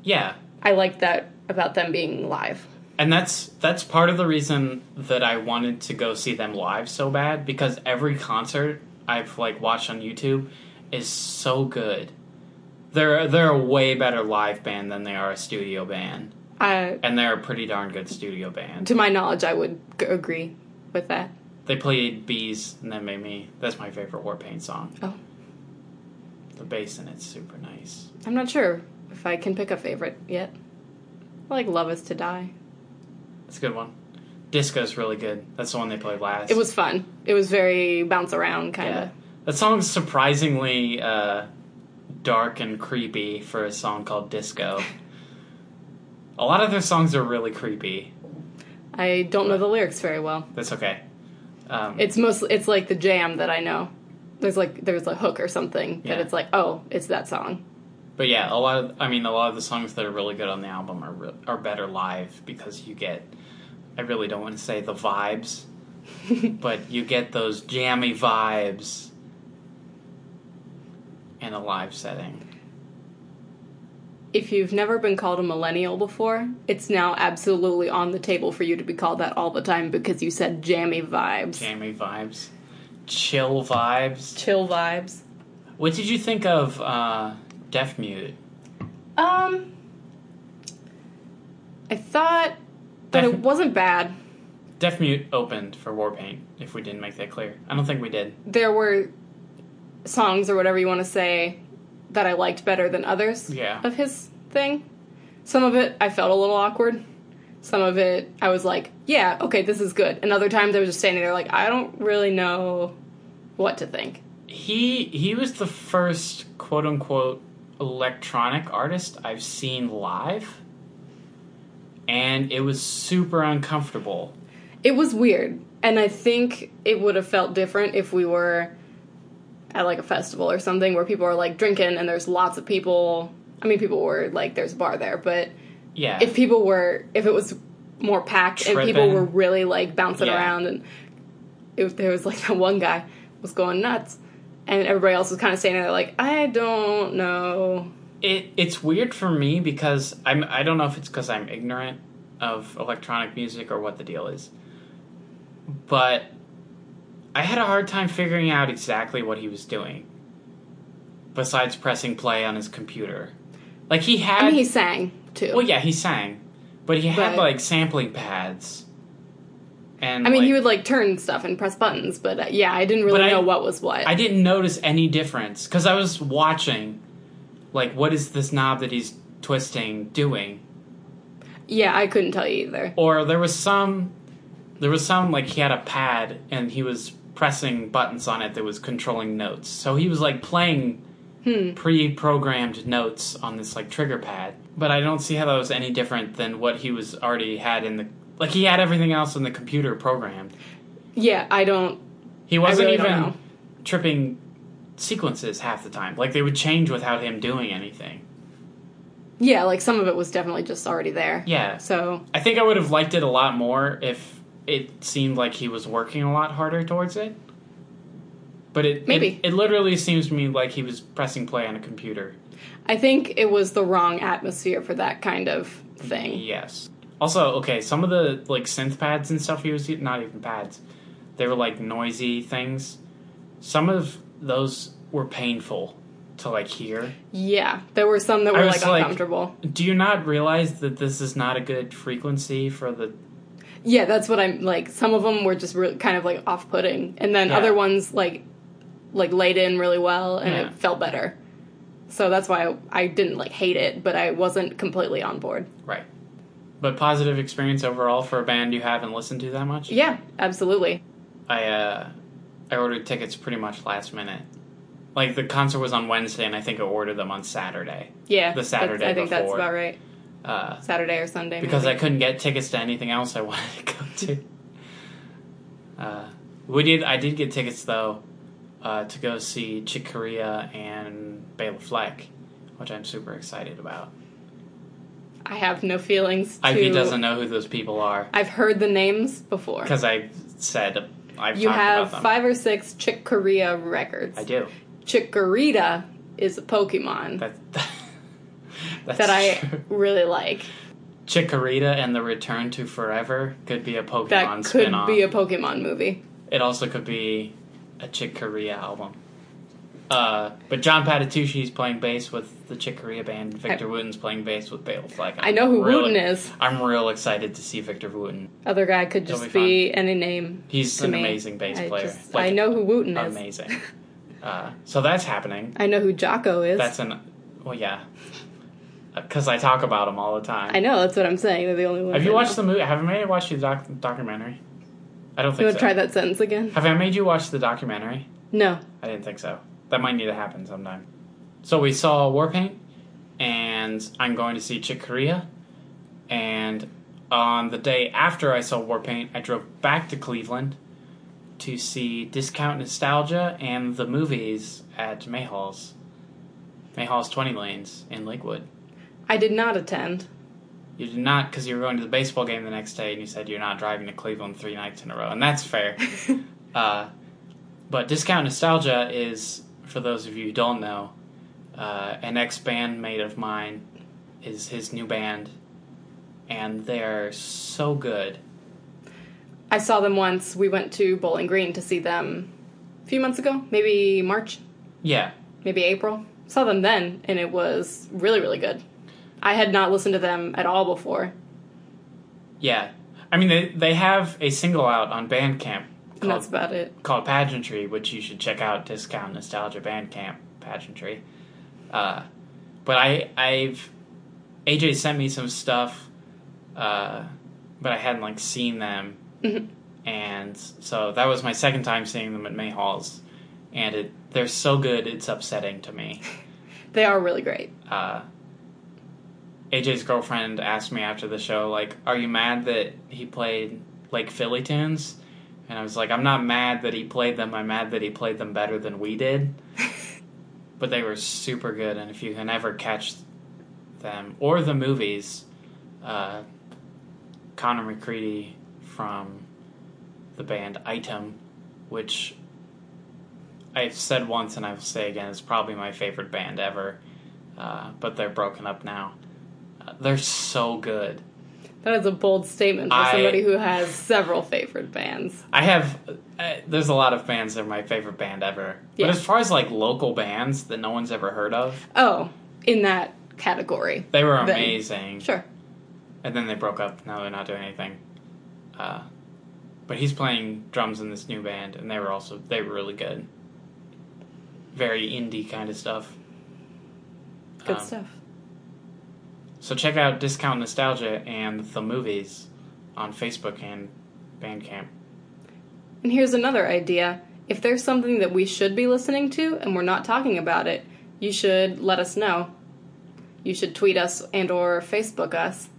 S2: yeah.
S1: I like that about them being live.
S2: And that's that's part of the reason that I wanted to go see them live so bad because every concert I've like watched on YouTube is so good. They're they're a way better live band than they are a studio band,
S1: I,
S2: and they're a pretty darn good studio band.
S1: to my knowledge, I would g- agree with that.
S2: They played "Bees" and that made me. That's my favorite Warpaint song.
S1: Oh,
S2: The bass in it's super nice.
S1: I'm not sure if I can pick a favorite yet. I like "Love Is to Die."
S2: It's a good one. Disco's really good. That's the one they played last.
S1: It was fun. It was very bounce around kind of.
S2: Yeah. That song's surprisingly uh, dark and creepy for a song called Disco. a lot of their songs are really creepy.
S1: I don't know the lyrics very well.
S2: That's okay. Um,
S1: It's mostly it's like the jam that I know. There's like there's a hook or something
S2: Yeah.
S1: that it's like oh it's that song.
S2: but yeah, a lot of I mean, a lot of the songs that are really good on the album are re- are better live because you get. I really don't want to say the vibes, but you get those jammy vibes in a live setting.
S1: If you've never been called a millennial before, it's now absolutely on the table for you to be called that all the time because you said jammy vibes,
S2: Jammy vibes, chill vibes.
S1: chill vibes.
S2: What did you think of uh, Deaf Mute?
S1: Um, I thought that *laughs* it wasn't bad.
S2: Deaf Mute opened for Warpaint, if we didn't make that clear. I don't think we did.
S1: There were songs or whatever you want to say that I liked better than others.
S2: Yeah.
S1: of his thing. Some of it I felt a little awkward. Some of it I was like, yeah, okay, this is good. And other times I was just standing there like, I don't really know what to think.
S2: He he was the first quote unquote electronic artist I've seen live. And it was super uncomfortable.
S1: It was weird. And I think it would have felt different if we were at like a festival or something where people are like drinking and there's lots of people. I mean, people were like, there's a bar there, but
S2: Yeah.
S1: if people were if it was more packed and people
S2: Tripping.
S1: were really like bouncing
S2: Yeah.
S1: around and it, there was like *laughs* that one guy was going nuts and everybody else was kind of standing there like i don't know
S2: it it's weird for me because I'm I don't know if it's because I'm ignorant of electronic music or what the deal is, but I had a hard time figuring out exactly what he was doing. Besides pressing play on his computer, like he had.
S1: i mean he sang too
S2: well, yeah, he sang, but he had
S1: But-
S2: like sampling pads. And
S1: i mean he
S2: like,
S1: would like turn stuff and press buttons but uh, yeah i didn't really
S2: But I-
S1: know what was what
S2: I didn't notice any difference because I was watching, like, what is this knob that he's twisting doing?
S1: yeah i couldn't tell you either
S2: or there was some there was some like he had a pad and he was pressing buttons on it that was controlling notes so he was like playing
S1: Hmm.
S2: pre-programmed notes on this like trigger pad but i don't see how that was any different than what he was already had in the like he had everything else in the computer programmed
S1: yeah i don't
S2: he wasn't
S1: really don't
S2: even
S1: know.
S2: tripping sequences half the time like they would change without him doing anything
S1: yeah like some of it was definitely just already there
S2: yeah
S1: so
S2: I think I would have liked it a lot more if it seemed like he was working a lot harder towards it. But it it-
S1: Maybe.
S2: it, literally seems to me like he was pressing play on a computer.
S1: i think it was the wrong atmosphere for that kind of thing
S2: Yes. Also, okay, some of the like synth pads and stuff he was using, not even pads. They were like noisy things. Some of those were painful to like hear.
S1: yeah there were some that
S2: I
S1: were
S2: was
S1: like
S2: like-
S1: uncomfortable
S2: Do you not realize that this is not a good frequency for the
S1: Yeah, that's what I'm like. Some of them were just re- kind of like off-putting, and then
S2: Yeah.
S1: other ones like like laid in really well, and
S2: Yeah.
S1: it felt better. So that's why I, I didn't like hate it, but I wasn't completely on board.
S2: Right. But positive experience overall for a band you haven't listened to that much?
S1: Yeah, absolutely.
S2: I uh, I ordered tickets pretty much last minute. Like the concert was on Wednesday, and I think I ordered them on Saturday
S1: Yeah,
S2: The
S1: that's-
S2: Saturday
S1: I think that's
S2: before.
S1: about right.
S2: uh,
S1: Saturday or Sunday.
S2: because I
S1: maybe.
S2: couldn't get tickets to anything else I *laughs* wanted to go to. Uh, we did. I did get tickets though uh, to go see Chick Corea and Bela Fleck, which I'm super excited about.
S1: I have no feelings. To,
S2: Ivy doesn't know who those people are
S1: I've heard the names before.
S2: because I said I've
S1: You
S2: talked
S1: have
S2: about them.
S1: five or six Chick Corea records.
S2: I do.
S1: Chikorita is a Pokemon
S2: That, *laughs* that's
S1: that I
S2: true.
S1: really like.
S2: Chikorita and the Return to Forever could be a Pokemon
S1: That could
S2: spin-off.
S1: be a Pokemon movie.
S2: it also could be a Chikorita album. Uh, but John Patitucci's playing bass with the Chikorita band. Victor Wooten's playing bass with Bale Fleck.
S1: I know who
S2: real-
S1: Wooten is.
S2: I'm real excited to see Victor Wooten.
S1: Other guy could
S2: It'll
S1: just
S2: be fun.
S1: be, any name.
S2: He's
S1: to
S2: an
S1: me.
S2: amazing bass
S1: I
S2: player.
S1: just-
S2: Like,
S1: I know who Wooten is.
S2: Amazing. uh, so that's happening.
S1: I know who Jocko is.
S2: That's an well, yeah, because I talk about him all the time.
S1: I know. That's what I'm saying. They're the only ones.
S2: Have you
S1: I
S2: watched
S1: know.
S2: the movie? Have I made you watch the doc- documentary? I don't
S1: You
S2: think
S1: want
S2: so.
S1: to try that sentence again?
S2: Have I made you watch the documentary?
S1: No.
S2: I didn't think so. That might need to happen sometime. So we saw Warpaint, and I'm going to see Chick Corea. And on the day after I saw Warpaint, I drove back to Cleveland to see Discount Nostalgia and the movies at Mayhall's. Mayhall's 20 Lanes in Lakewood.
S1: I did not attend.
S2: You did not, because you were going to the baseball game the next day, and you said you're not driving to Cleveland three nights in a row, and that's
S1: *laughs*
S2: fair. uh, but Discount Nostalgia is, for those of you who don't know, uh, an ex bandmate of mine is his new band, and they are so good.
S1: I saw them once. We went to Bowling Green to see them a few months ago, maybe March,
S2: Yeah,
S1: maybe April. Saw them then, and it was really, really good. I had not listened to them at all before.
S2: yeah. I mean, they they have a single out on Bandcamp
S1: And that's
S2: called
S1: about it.
S2: called Pageantry, which you should check out. Discount Nostalgia Bandcamp Pageantry. Uh, but I, I've AJ sent me some stuff, uh, but I hadn't like seen them, and so that was my second time seeing them at May Halls, and it they're so good it's upsetting to me.
S1: They are really great.
S2: Uh, AJ's girlfriend asked me after the show, like, "Are you mad that he played like Philly tunes?" And I was like, "I'm not mad that he played them. I'm mad that he played them better than we did." but they were super good, and if you can ever catch them or the movies, uh, Connor McCready from the band Item, which I've said once and I will say again, is probably my favorite band ever uh, but they're broken up now. Uh, they're so good.
S1: That is a bold statement for
S2: I-
S1: somebody who has several favorite bands.
S2: I have. Uh, there's a lot of bands that are my favorite band ever.
S1: Yeah.
S2: But as far as like local bands that no one's ever heard of,
S1: Oh, in that category.
S2: they were
S1: Then-
S2: amazing.
S1: Sure.
S2: And then they broke up. Now they're not doing anything. Uh, but he's playing drums in this new band, and they were also they were really good. Very indie kind of stuff.
S1: Good
S2: Um,
S1: stuff.
S2: So check out Discount Nostalgia and the movies on Facebook and Bandcamp.
S1: And here's another idea. If there's something that we should be listening to and we're not talking about it, you should let us know. You should tweet us and or Facebook us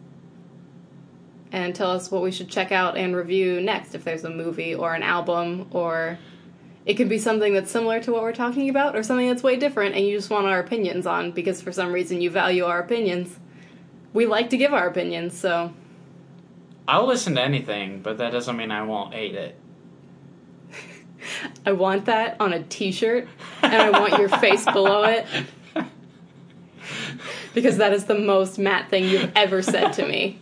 S1: and tell us what we should check out and review next if there's a movie or an album or it could be something that's similar to what we're talking about or something that's way different and you just want our opinions on because for some reason you value our opinions. We like to give our opinions, so
S2: I'll listen to anything, but that doesn't mean I won't hate it.
S1: I want that on a t shirt, and I want your face below it. Because that is the most Matt thing you've ever said to me.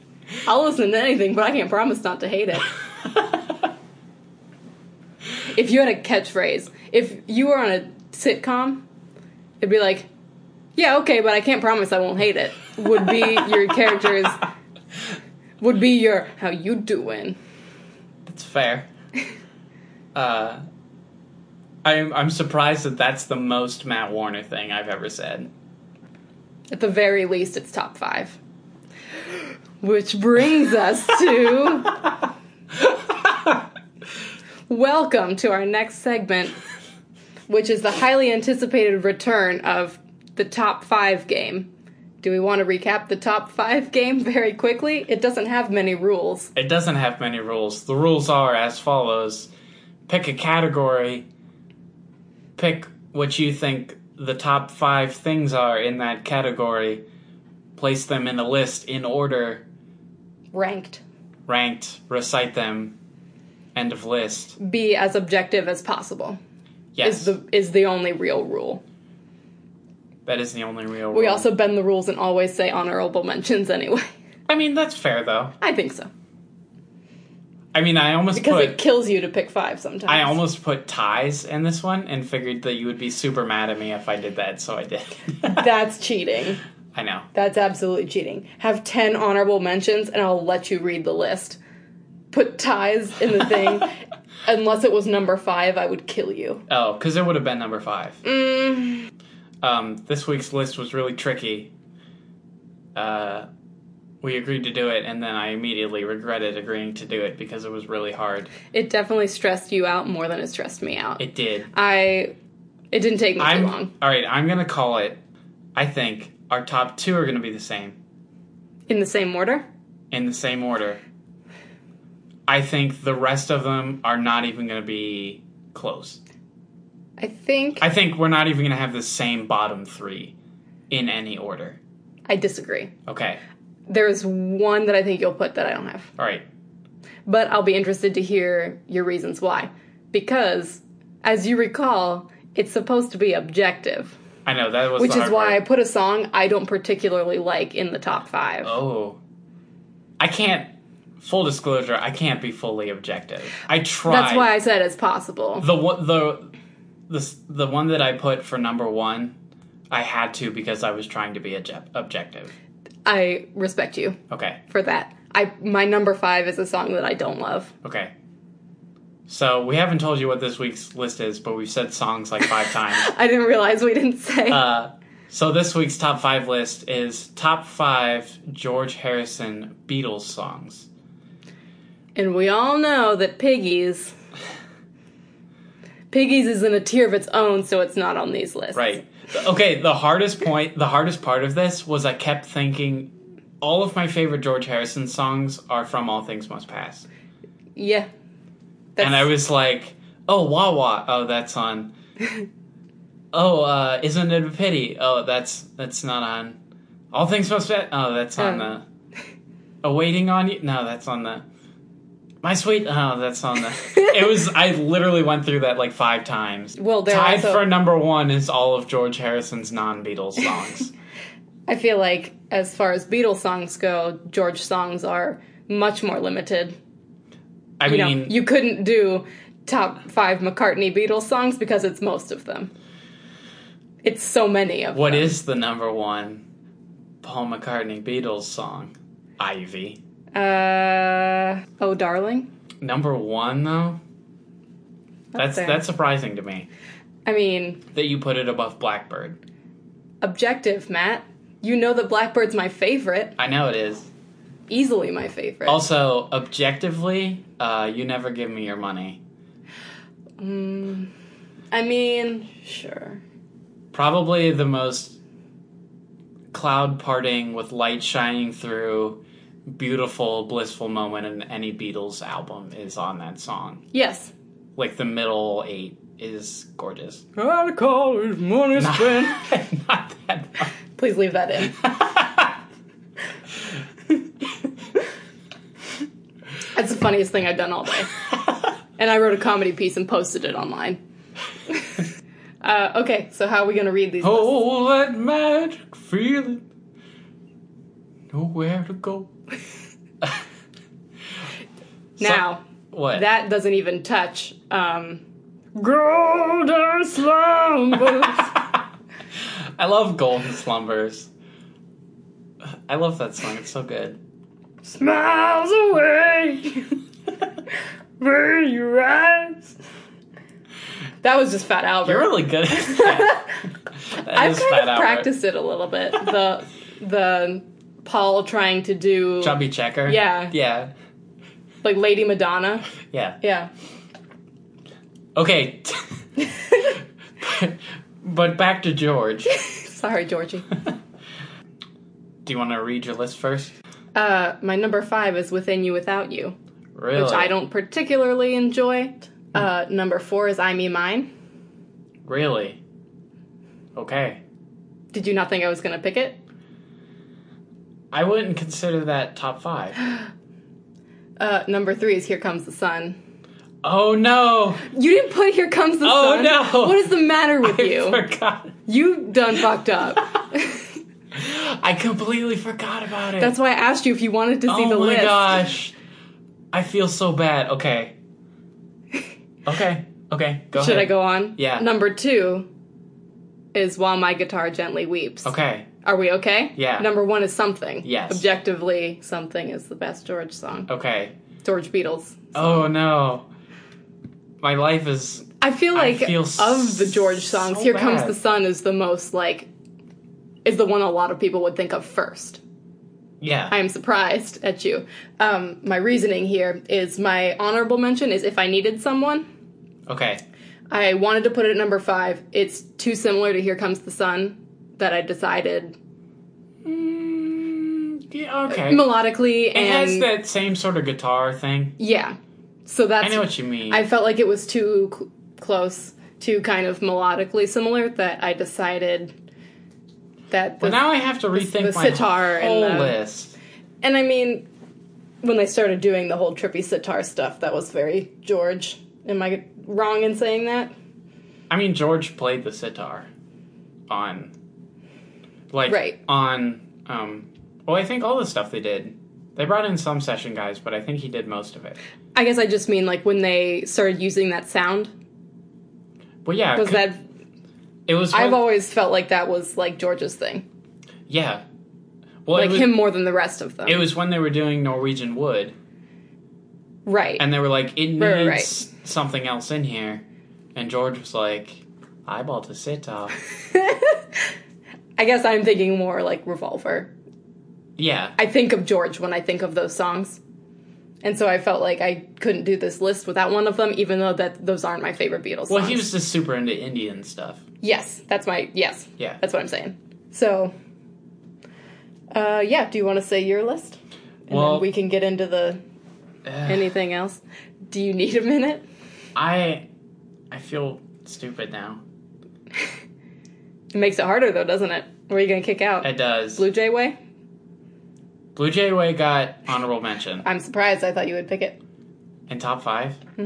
S1: I'll listen to anything, but I can't promise not to hate it. If you had a catchphrase, if you were on a sitcom, it'd be like, yeah, okay, but I can't promise I won't hate it. Would be your character's, would be your, how you doing?
S2: *laughs* That's fair. Uh, I'm I'm surprised that that's the most Matt Warner thing I've ever said.
S1: At the very least, it's top five. Which brings us to. Welcome to our next segment, which is the highly anticipated return of the top five game. Do we want to recap the top five game very quickly? It doesn't have many rules.
S2: It doesn't have many rules. The rules are as follows pick a category, pick what you think the top five things are in that category, place them in a list in order,
S1: Ranked.
S2: ranked, recite them, end of list.
S1: Be as objective as possible
S2: Yes,
S1: is the is the only real rule.
S2: that is the only real rule.
S1: We also bend the rules and always say honorable mentions anyway. *laughs*
S2: I mean, that's fair though.
S1: I think so.
S2: I mean, I almost
S1: Because
S2: put.
S1: it kills you to pick five sometimes.
S2: I almost put ties in this one and figured that you would be super mad at me if I did that, so I did. *laughs*
S1: That's cheating.
S2: I know.
S1: That's absolutely cheating. Have 10 honorable mentions and I'll let you read the list. Put ties in
S2: *laughs*
S1: the thing. Unless it was number five, I would kill you.
S2: Oh, because it would have been number five.
S1: Mm.
S2: Um, this week's list was really tricky. Uh, we agreed to do it, and then I immediately regretted agreeing to do it because it was really hard.
S1: It definitely stressed you out more than it stressed me out.
S2: It did.
S1: I. It didn't take me
S2: I'm
S1: too long.
S2: all right. I'm gonna call it. I think our top two are gonna be the same
S1: In the same order?
S2: in the same order. I think the rest of them are not even gonna be close.
S1: I think.
S2: I think we're not even gonna have the same bottom three in any order.
S1: I disagree.
S2: Okay.
S1: There is one that I think you'll put that I don't have.
S2: All right.
S1: but I'll be interested to hear your reasons why. Because, as you recall, it's supposed to be objective,
S2: I know that was
S1: which
S2: the
S1: is
S2: hard
S1: why I
S2: part.
S1: put a song I don't particularly like in the top five.
S2: Oh, I can't. Full disclosure, I can't be fully objective. I tried.
S1: That's why I said it's possible.
S2: the one the the s- the one that I put for number one, I had to because I was trying to be obje- objective.
S1: I respect you
S2: Okay,
S1: for that. I my number five is a song that I don't love.
S2: okay. So we haven't told you what this week's list is, but we've said songs like five *laughs* times.
S1: I didn't realize we didn't say.
S2: Uh, so this week's top five list is top five George Harrison Beatles songs.
S1: and we all know that Piggies. Piggies is in a tier of its own, so it's not on these lists.
S2: Right. Okay, the hardest point, the hardest part of this was I kept thinking all of my favorite George Harrison songs are from All Things Must Pass.
S1: Yeah. That's,
S2: And I was like, oh, Wah Wah. Oh, that's
S1: *laughs*
S2: on. oh, uh, Isn't It a Pity? Oh, that's that's not on. All Things Must Pass. Oh, that's on
S1: Um.
S2: the. Awaiting on You? No, that's on the. My Sweet? Oh, that's on
S1: *laughs*
S2: the. it was. I literally went through that like five times.
S1: Well, there
S2: Tied
S1: also-
S2: for number one is all of George Harrison's non Beatles
S1: *laughs*
S2: songs.
S1: I feel like, as far as Beatles songs go, George songs are much more limited.
S2: I
S1: You
S2: mean,
S1: know, you couldn't do top five McCartney Beatles songs because it's most of them. It's so many of
S2: what
S1: them.
S2: is the number one Paul McCartney Beatles song? Ivy.
S1: Uh, oh, darling.
S2: Number one, though? That's
S1: there.
S2: that's surprising to me
S1: I mean,
S2: that you put it above Blackbird.
S1: objective, Matt. You know that Blackbird's my favorite,
S2: I know it is.
S1: easily my favorite.
S2: Also, objectively, uh, you never give me your money.
S1: Mm, I mean, sure.
S2: Probably the most cloud parting with light shining through, beautiful, blissful moment in any Beatles album is on that song.
S1: Yes.
S2: like the middle eight is gorgeous. *laughs*
S1: I'll call his money
S2: Not *laughs* that one.
S1: Please leave that in. That's the funniest thing I've done all day. And I wrote a comedy piece and posted it online.
S2: *laughs*
S1: uh, okay, so how are we going to read these? lists?
S2: Oh, that magic feeling. Nowhere to go.
S1: *laughs* now,
S2: What? *laughs*
S1: that doesn't even touch. Um, Golden slumbers.
S2: I love Golden Slumbers. I love that song. It's so
S1: *laughs*
S2: good.
S1: smiles away where your eyes. That was just Fat Albert.
S2: You're really good *laughs* at that. That
S1: *laughs* I've
S2: is
S1: kind
S2: Fat
S1: of
S2: Albert.
S1: practiced it a little bit. The the Paul trying to do
S2: Chubby Checker.
S1: Yeah.
S2: Yeah.
S1: like Lady Madonna.
S2: Yeah.
S1: Yeah. *laughs*
S2: Okay. *laughs* but back to George.
S1: Sorry, Georgie.
S2: Do you want to read your list first?
S1: Uh, my number five is Within You Without You,
S2: Really?
S1: which I don't particularly enjoy. Uh, number four is I Me Mine.
S2: Really? Okay.
S1: Did you not think I was gonna pick it?
S2: I wouldn't consider that top five.
S1: Uh, number three is Here Comes the Sun.
S2: Oh no!
S1: You didn't put Here Comes the
S2: Oh,
S1: Sun.
S2: no.
S1: What is the matter with
S2: *laughs* I
S1: you?
S2: forgot.
S1: You done
S2: *laughs*
S1: fucked up.
S2: I completely forgot about it.
S1: That's why I asked you if you wanted to see
S2: oh
S1: the
S2: my
S1: list.
S2: gosh. I feel so bad.
S1: *laughs*
S2: Okay. Okay. Okay. Go
S1: Should
S2: ahead.
S1: I go on?
S2: Yeah.
S1: Number two is While My Guitar Gently Weeps.
S2: Okay.
S1: Are we okay?
S2: Yeah.
S1: Number one is Something.
S2: Yes. Oh.
S1: Objectively, Something is the best George song.
S2: Okay.
S1: George Beatles.
S2: Oh no. My life is
S1: I feel
S2: I
S1: like
S2: feel
S1: of the George songs,
S2: so
S1: Here Comes
S2: bad.
S1: the Sun is the most like is the one a lot of people would think of first.
S2: yeah.
S1: I am surprised at you. Um, my reasoning here is my honorable mention is if I needed someone,
S2: okay.
S1: I wanted to put it at number five. It's too similar to Here Comes the Sun that I decided
S2: Mm, yeah, okay.
S1: melodically
S2: it
S1: and
S2: has that same sort of guitar thing.
S1: yeah. So that's
S2: I know what you mean.
S1: I felt like it was too cl- close, too kind of melodically similar that I decided that. The,
S2: but now I have to rethink
S1: the
S2: my
S1: sitar and
S2: whole
S1: the-
S2: list.
S1: and I mean, when they started doing the whole trippy sitar stuff, that was very George. Am I wrong in saying that?
S2: I mean, George played the sitar on, like,
S1: Right.
S2: on. Um, well, I think all the stuff they did. They brought in some session guys, but I think he did most of it.
S1: I guess I just mean like when they started using that sound.
S2: But yeah,
S1: Was
S2: c-
S1: that
S2: it was.
S1: I've
S2: one-
S1: always felt like that was like George's thing,
S2: yeah. Well,
S1: like
S2: it was,
S1: him more than the rest of them.
S2: It was when they were doing Norwegian Wood,
S1: right.
S2: and they were like, "It needs
S1: Right, right,
S2: something else in here," and George was like, "Eyeball to sitar."
S1: I guess I'm thinking more like Revolver
S2: yeah,
S1: I think of George when I think of those songs. And so I felt like I couldn't do this list without one of them, even though that those aren't my favorite Beatles songs.
S2: well, he was just super into Indian stuff.
S1: yes, that's my yes.
S2: Yeah.
S1: That's what I'm saying. So uh yeah, do you want to say your list? And
S2: Well-
S1: then we can get into the anything else. Do you need a minute?
S2: *sighs* I, I feel stupid now.
S1: It makes it harder though, doesn't it? Or are you gonna kick out?
S2: It does.
S1: Blue Jay Way?
S2: Blue Jay Way got honorable mention
S1: I'm surprised I thought you would pick it.
S2: in top 5
S1: Hmm?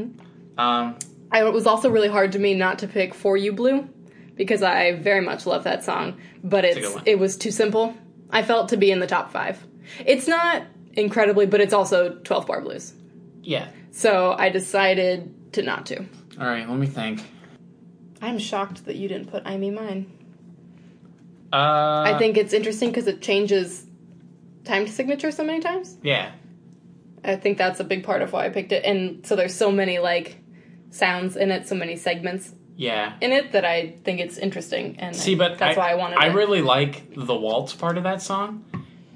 S2: Um,
S1: I, it was also really hard to me not to pick For You Blue because I very much love that song, but
S2: a
S1: it's,
S2: good one.
S1: it was too simple. I felt to be in the top five. It's not incredibly, but it's also 12 bar blues.
S2: yeah.
S1: So I decided to not to.
S2: All right, let me think.
S1: I'm shocked that you didn't put I Me Mine.
S2: Uh,
S1: I think it's interesting because it changes time signature so many times.
S2: yeah,
S1: I think that's a big part of why I picked it. And so there's so many like sounds in it, so many segments
S2: yeah.
S1: in it that I think it's interesting. And
S2: See, but
S1: that's
S2: I,
S1: why I wanted
S2: I
S1: it.
S2: really like the waltz part of that song,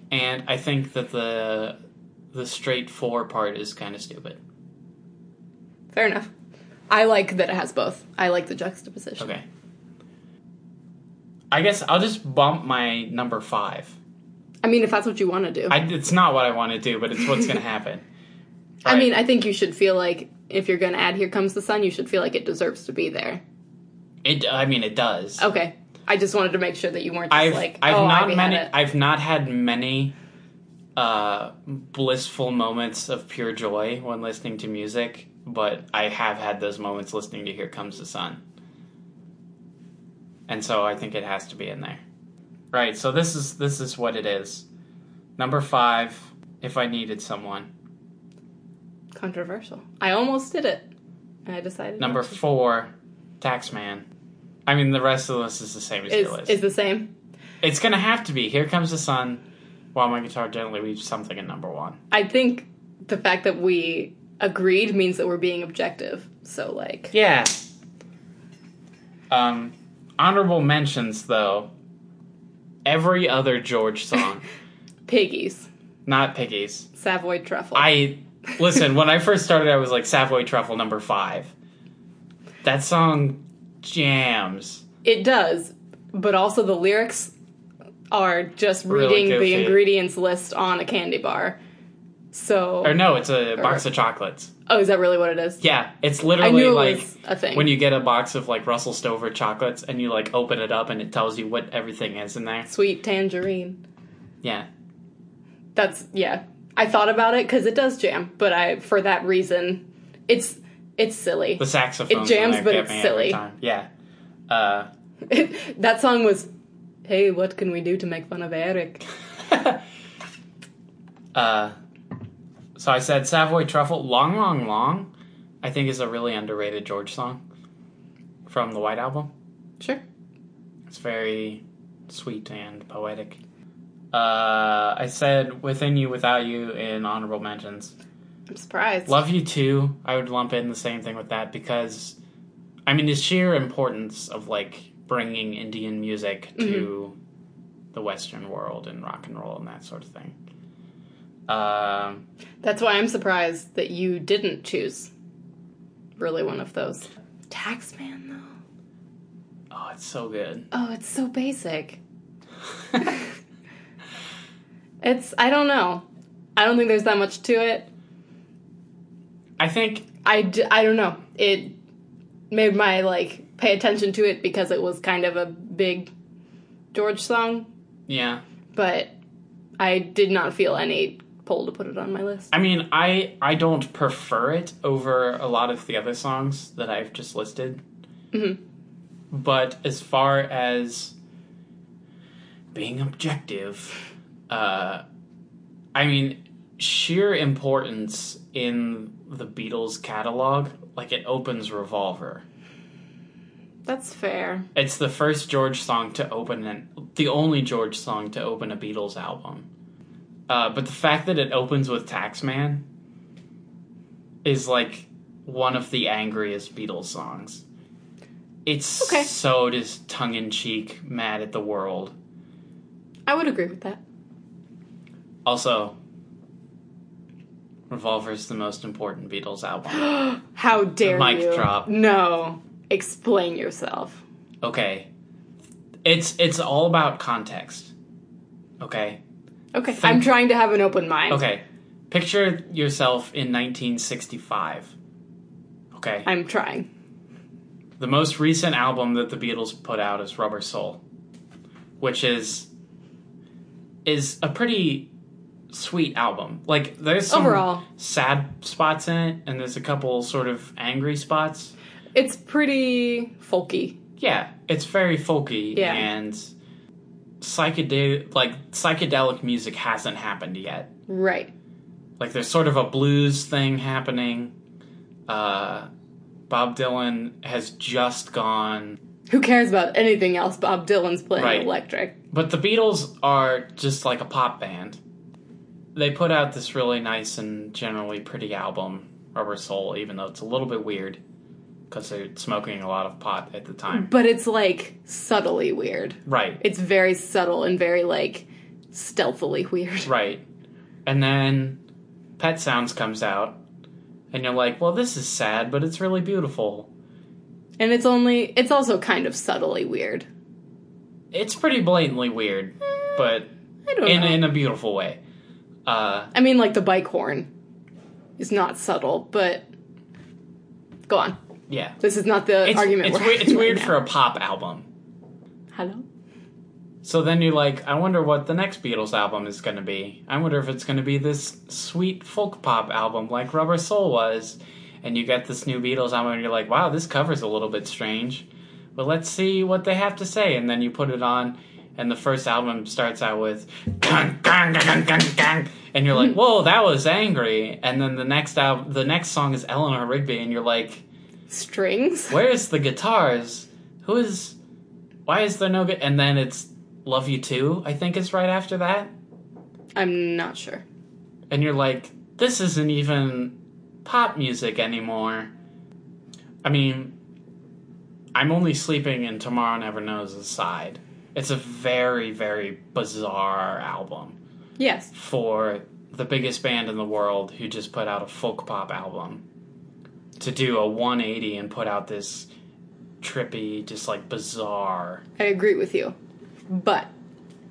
S2: and I think that the the straight four part is kind of stupid.
S1: Fair enough. I like that it has both. I like the juxtaposition.
S2: Okay. I guess I'll just bump my number five.
S1: I mean, if that's what you want to do.
S2: I, it's not what I want to do, but it's what's
S1: *laughs*
S2: going to happen.
S1: I
S2: Right.
S1: mean, I think you should feel like if you're going to add Here Comes the Sun, you should feel like it deserves to be there.
S2: it. I mean, it does.
S1: Okay. I just wanted to make sure that you weren't just
S2: I've
S1: like,
S2: I've
S1: oh,
S2: not
S1: Ivy
S2: many
S1: had it.
S2: I've not had many uh blissful moments of pure joy when listening to music, but I have had those moments listening to Here Comes the Sun. And so I think it has to be in there. Right, so this is this is what it is. Number 5, if I needed someone.
S1: Controversial. I almost did it. And I decided.
S2: Number 4, Taxman. I mean, the rest of the list is the same as
S1: is,
S2: your list.
S1: is the same.
S2: It's gonna have to be. Here comes the sun. While my guitar gently weaves something in number one.
S1: I think the fact that we agreed means that we're being objective. So, like,
S2: Yeah. Um,
S1: *laughs*
S2: honorable mentions though. Every other George song.
S1: Piggies.
S2: Not piggies.
S1: Savoy truffle.
S2: I listen. when I first started, I was like Savoy Truffle number five. That song jams.
S1: It does, but also the lyrics are just
S2: Really
S1: reading the
S2: goofy.
S1: ingredients list on a candy bar. So,
S2: Or no, it's a box of chocolates.
S1: oh, is that really what it is?
S2: Yeah, it's
S1: I
S2: literally
S1: knew it
S2: like
S1: was a thing.
S2: when you get a box of like Russell Stover chocolates and you like open it up and it tells you what everything is in there.
S1: Sweet tangerine.
S2: Yeah,
S1: That's yeah. I thought about it because it does jam, but I for that reason, it's it's silly.
S2: the saxophone.
S1: It jams, but it's silly.
S2: Yeah. Uh,
S1: that song was, hey, what can we do to make fun of Eric?
S2: *laughs* uh, so I said Savoy Truffle, Long, Long, Long, I think is a really underrated George song from the White Album.
S1: Sure.
S2: It's very sweet and poetic. Uh, I said Within You, Without You in honorable mentions.
S1: I'm surprised.
S2: Love You Too, I would lump in the same thing with that because, I mean, the sheer importance of like bringing Indian music to the Western world and rock and roll and that sort of thing. Um,
S1: That's why I'm surprised that you didn't choose really one of those. Taxman though.
S2: oh, it's so good. *laughs*
S1: Oh, it's so basic. It's I don't know. I don't think there's that much to it.
S2: I think
S1: I, d- I don't know. It made my like pay attention to it because it was kind of a big George song,
S2: yeah.
S1: but I did not feel any pull to put it on my list.
S2: I mean, I I don't prefer it over a lot of the other songs that I've just listed. But as far as being objective, uh, I mean, sheer importance in the Beatles catalog, like it opens Revolver.
S1: That's fair.
S2: It's the first George song to open an the only George song to open a Beatles album. Uh, but the fact that it opens with Taxman is like one of the angriest Beatles songs. It's
S1: Okay.
S2: so just tongue in cheek, mad at the world.
S1: I would agree with that.
S2: Also, Revolver's the most important Beatles album.
S1: How dare
S2: mic
S1: you?
S2: drop.
S1: No. Explain yourself.
S2: Okay. It's it's all about context. Okay?
S1: Okay.
S2: Think-
S1: I'm trying to have an open mind.
S2: Okay. Picture yourself in 1965. Okay.
S1: I'm trying.
S2: the most recent album that the Beatles put out is Rubber Soul, which is is a pretty sweet album. Like there's some
S1: Overall.
S2: sad spots in it and there's a couple sort of angry spots.
S1: It's pretty folky.
S2: Yeah, it's very folky
S1: Yeah.
S2: and psychedelic like psychedelic music hasn't happened yet.
S1: Right.
S2: like there's sort of a blues thing happening. Uh, Bob Dylan has just gone,
S1: Who cares about anything else? Bob Dylan's playing
S2: Right.
S1: electric.
S2: but the Beatles are just like a pop band. They put out this really nice and generally pretty album, Rubber Soul, even though it's a little bit weird because they're smoking a lot of pot at the time.
S1: But it's like subtly weird.
S2: Right.
S1: It's very subtle and very like stealthily weird.
S2: Right. And then Pet Sounds comes out, and you're like, well, this is sad, but it's really beautiful.
S1: And it's only it's also kind of subtly weird.
S2: It's pretty blatantly weird, but
S1: I don't
S2: in,
S1: know.
S2: in a beautiful way. Uh,
S1: I mean like the bike horn is not subtle, but go on.
S2: yeah,
S1: This is not the
S2: it's,
S1: argument. *laughs*
S2: It's,
S1: we're
S2: weird, it's
S1: having right
S2: weird
S1: now.
S2: for a pop album.
S1: Hello?
S2: So then you're like, I wonder what the next Beatles album is going to be. I wonder if it's going to be this sweet folk pop album like Rubber Soul was. And you get this new Beatles album, and you're like, wow, this cover's a little bit strange. But let's see what they have to say. And then you put it on, and the first album starts out with, "Gung, gung, gung, gung, gung," and
S1: *laughs*
S2: you're like, whoa, that was angry. And then the next album, the next song is Eleanor Rigby, and you're like,
S1: Strings?
S2: Where's the guitars? Who is? Why is there no? Gu- and then it's "Love You Too." I think is right after that,
S1: I'm not sure.
S2: and you're like, "This isn't even pop music anymore." I mean, I'm only sleeping in "Tomorrow Never Knows" aside. It's a very, very bizarre album.
S1: Yes.
S2: for the biggest band in the world who just put out a folk pop album to do a 180 and put out this trippy, just like bizarre.
S1: I agree with you. But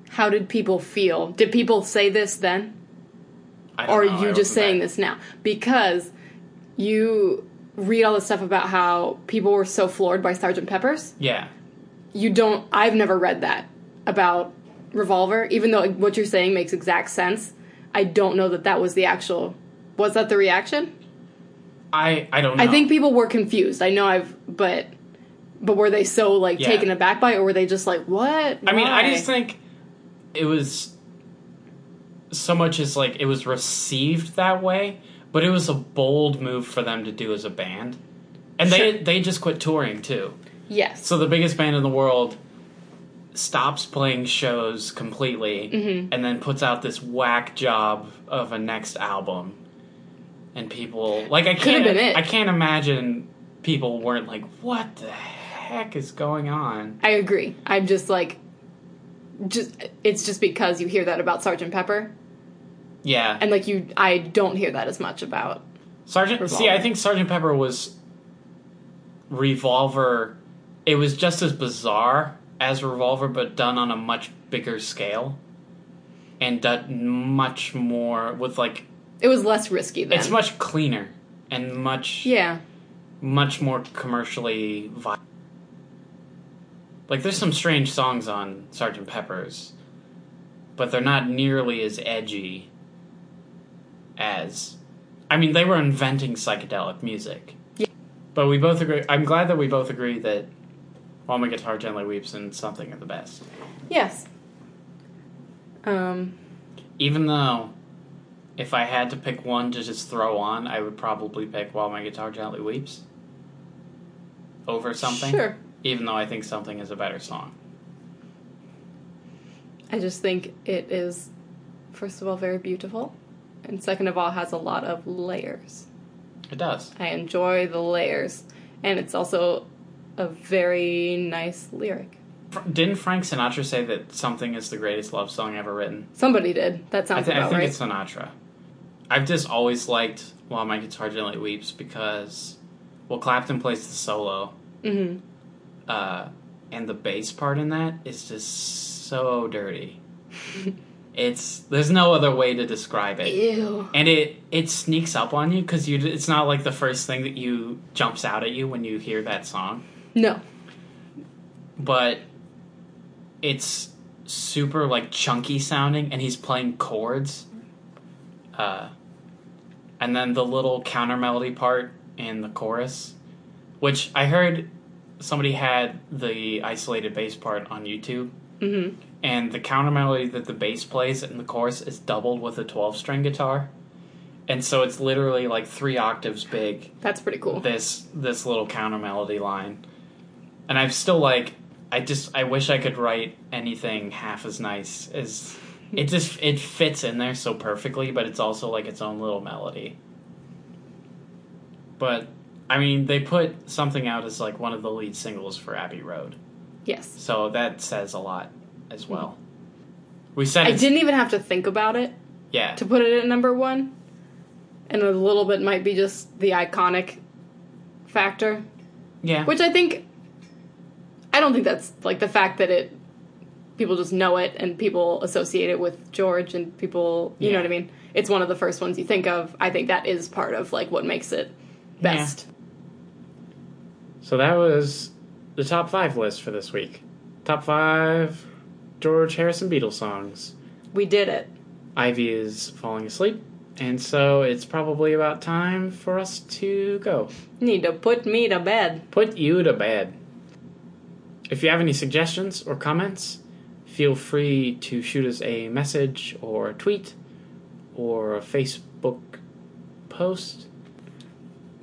S1: how did people feel? Did people say this then?
S2: I don't
S1: Or are
S2: know, I
S1: you just
S2: wasn't
S1: saying
S2: there.
S1: this now? Because you read all this stuff about how people were so floored by Sgt. Pepper's.
S2: Yeah.
S1: You don't, I've never read that about Revolver, even though what you're saying makes exact sense. I don't know that that was the actual, was that the reaction?
S2: I, I don't know.
S1: I think people were confused. I know I've, but, but were they so like
S2: Yeah.
S1: taken aback by it or were they just like, what?
S2: I mean, I
S1: Why?
S2: just think it was so much as like it was received that way, but it was a bold move for them to do as a band. And they
S1: Sure.
S2: they just quit touring too.
S1: yes.
S2: So the biggest band in the world stops playing shows completely
S1: Mm-hmm.
S2: and then puts out this whack job of a next album. And people like I
S1: Could've
S2: can't
S1: been it.
S2: I can't imagine people weren't like, What the heck is going on?
S1: I agree. I'm just like, just it's just because you hear that about Sergeant Pepper,
S2: Yeah.
S1: and like you, I don't hear that as much about.
S2: Sergeant. See, I
S1: Revolver.
S2: think Sergeant Pepper was Revolver. It was just as bizarre as Revolver, but done on a much bigger scale, and done much more with like
S1: It was less risky then.
S2: it's much cleaner and much
S1: yeah,
S2: much more commercially vi Like there's some strange songs on Sergeant Pepper's, but they're not nearly as edgy as I mean they were inventing psychedelic music.
S1: Yeah.
S2: But we both agree I'm glad that we both agree that While My Guitar Gently Weeps and Something are the best.
S1: yes. Um,
S2: Even though if I had to pick one to just throw on, I would probably pick While My Guitar Gently Weeps over something.
S1: Sure.
S2: Even though I think something is a better song.
S1: I just think it is, first of all, very beautiful, and second of all, has a lot of layers.
S2: It does.
S1: I enjoy the layers, and it's also a very nice lyric.
S2: Fr- Didn't Frank Sinatra say that something is the greatest love song ever written?
S1: Somebody did. That
S2: I,
S1: sounds
S2: thi- I
S1: about
S2: think
S1: right.
S2: it's Sinatra. I've just always liked While My Guitar Gently Weeps because, well, Clapton plays the solo,
S1: mm-hmm.
S2: uh, and the bass part in that is just so dirty. it's there's no other way to describe it.
S1: Ew.
S2: and it it sneaks up on you because you it's not like the first thing that you jumps out at you when you hear that song
S1: No.
S2: but it's super like chunky sounding and he's playing chords uh and then the little counter melody part in the chorus which i heard somebody had the isolated bass part on youtube
S1: Mm-hmm.
S2: and the counter melody that the bass plays in the chorus is doubled with a 12 string guitar and so it's literally like three octaves big
S1: That's pretty cool.
S2: this this little counter melody line and i'm still like i just i wish i could write anything half as nice
S1: *laughs*
S2: as it just it fits in there so perfectly but it's also like its own little melody but i mean they put something out as like one of the lead singles for abbey road
S1: Yes.
S2: so that says a lot as well. We said
S1: Hmm. I
S2: it's,
S1: didn't even have to think about it
S2: yeah.
S1: to put it at number one. And a little bit might be just the iconic factor,
S2: yeah.
S1: which I think. I don't think that's like the fact that it. People just know it and people associate it with George and people. You
S2: Yeah.
S1: know what I mean? It's one of the first ones you think of. I think that is part of like what makes it best.
S2: so that was the top 5 list for this week. Top 5 George Harrison Beatles songs.
S1: We did it.
S2: Ivy is falling asleep, and so it's probably about time for us to go.
S1: Need to put me to bed.
S2: put you to bed. If you have any suggestions or comments, feel free to shoot us a message or a tweet or a Facebook post.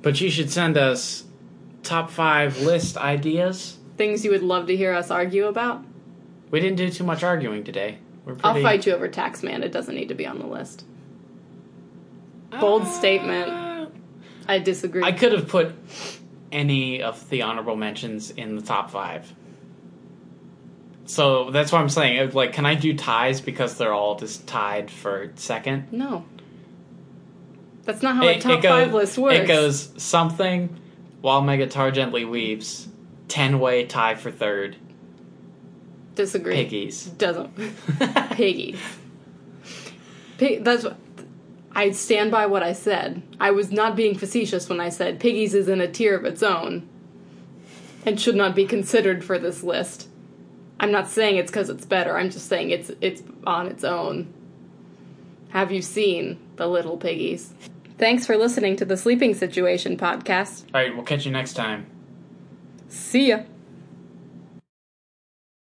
S2: But you should send us top five list ideas.
S1: Things you would love to hear us argue about.
S2: We didn't do too much arguing today. We're pretty,
S1: I'll fight you over tax man. It doesn't need to be on the list.
S2: Ah.
S1: Bold statement. I disagree.
S2: I could have put any of the honorable mentions in the top five. So that's what I'm saying. It- Like, can I do ties because they're all just tied for second?
S1: No. That's not how a top
S2: goes-
S1: five list works.
S2: It goes something while my guitar gently weeps, ten way tie for third,
S1: Disagree.
S2: piggies. *laughs*
S1: Doesn't. *laughs* Piggy. Pig, that's what. I stand by what I said. I was not being facetious when I said piggies is in a tier of its own and should not be considered for this list. I'm not saying it's because it's better. I'm just saying it's it's on its own. Have you seen the little piggies? Thanks for listening to the Sleeping Situation podcast.
S2: all right, we'll catch you next time.
S1: See ya.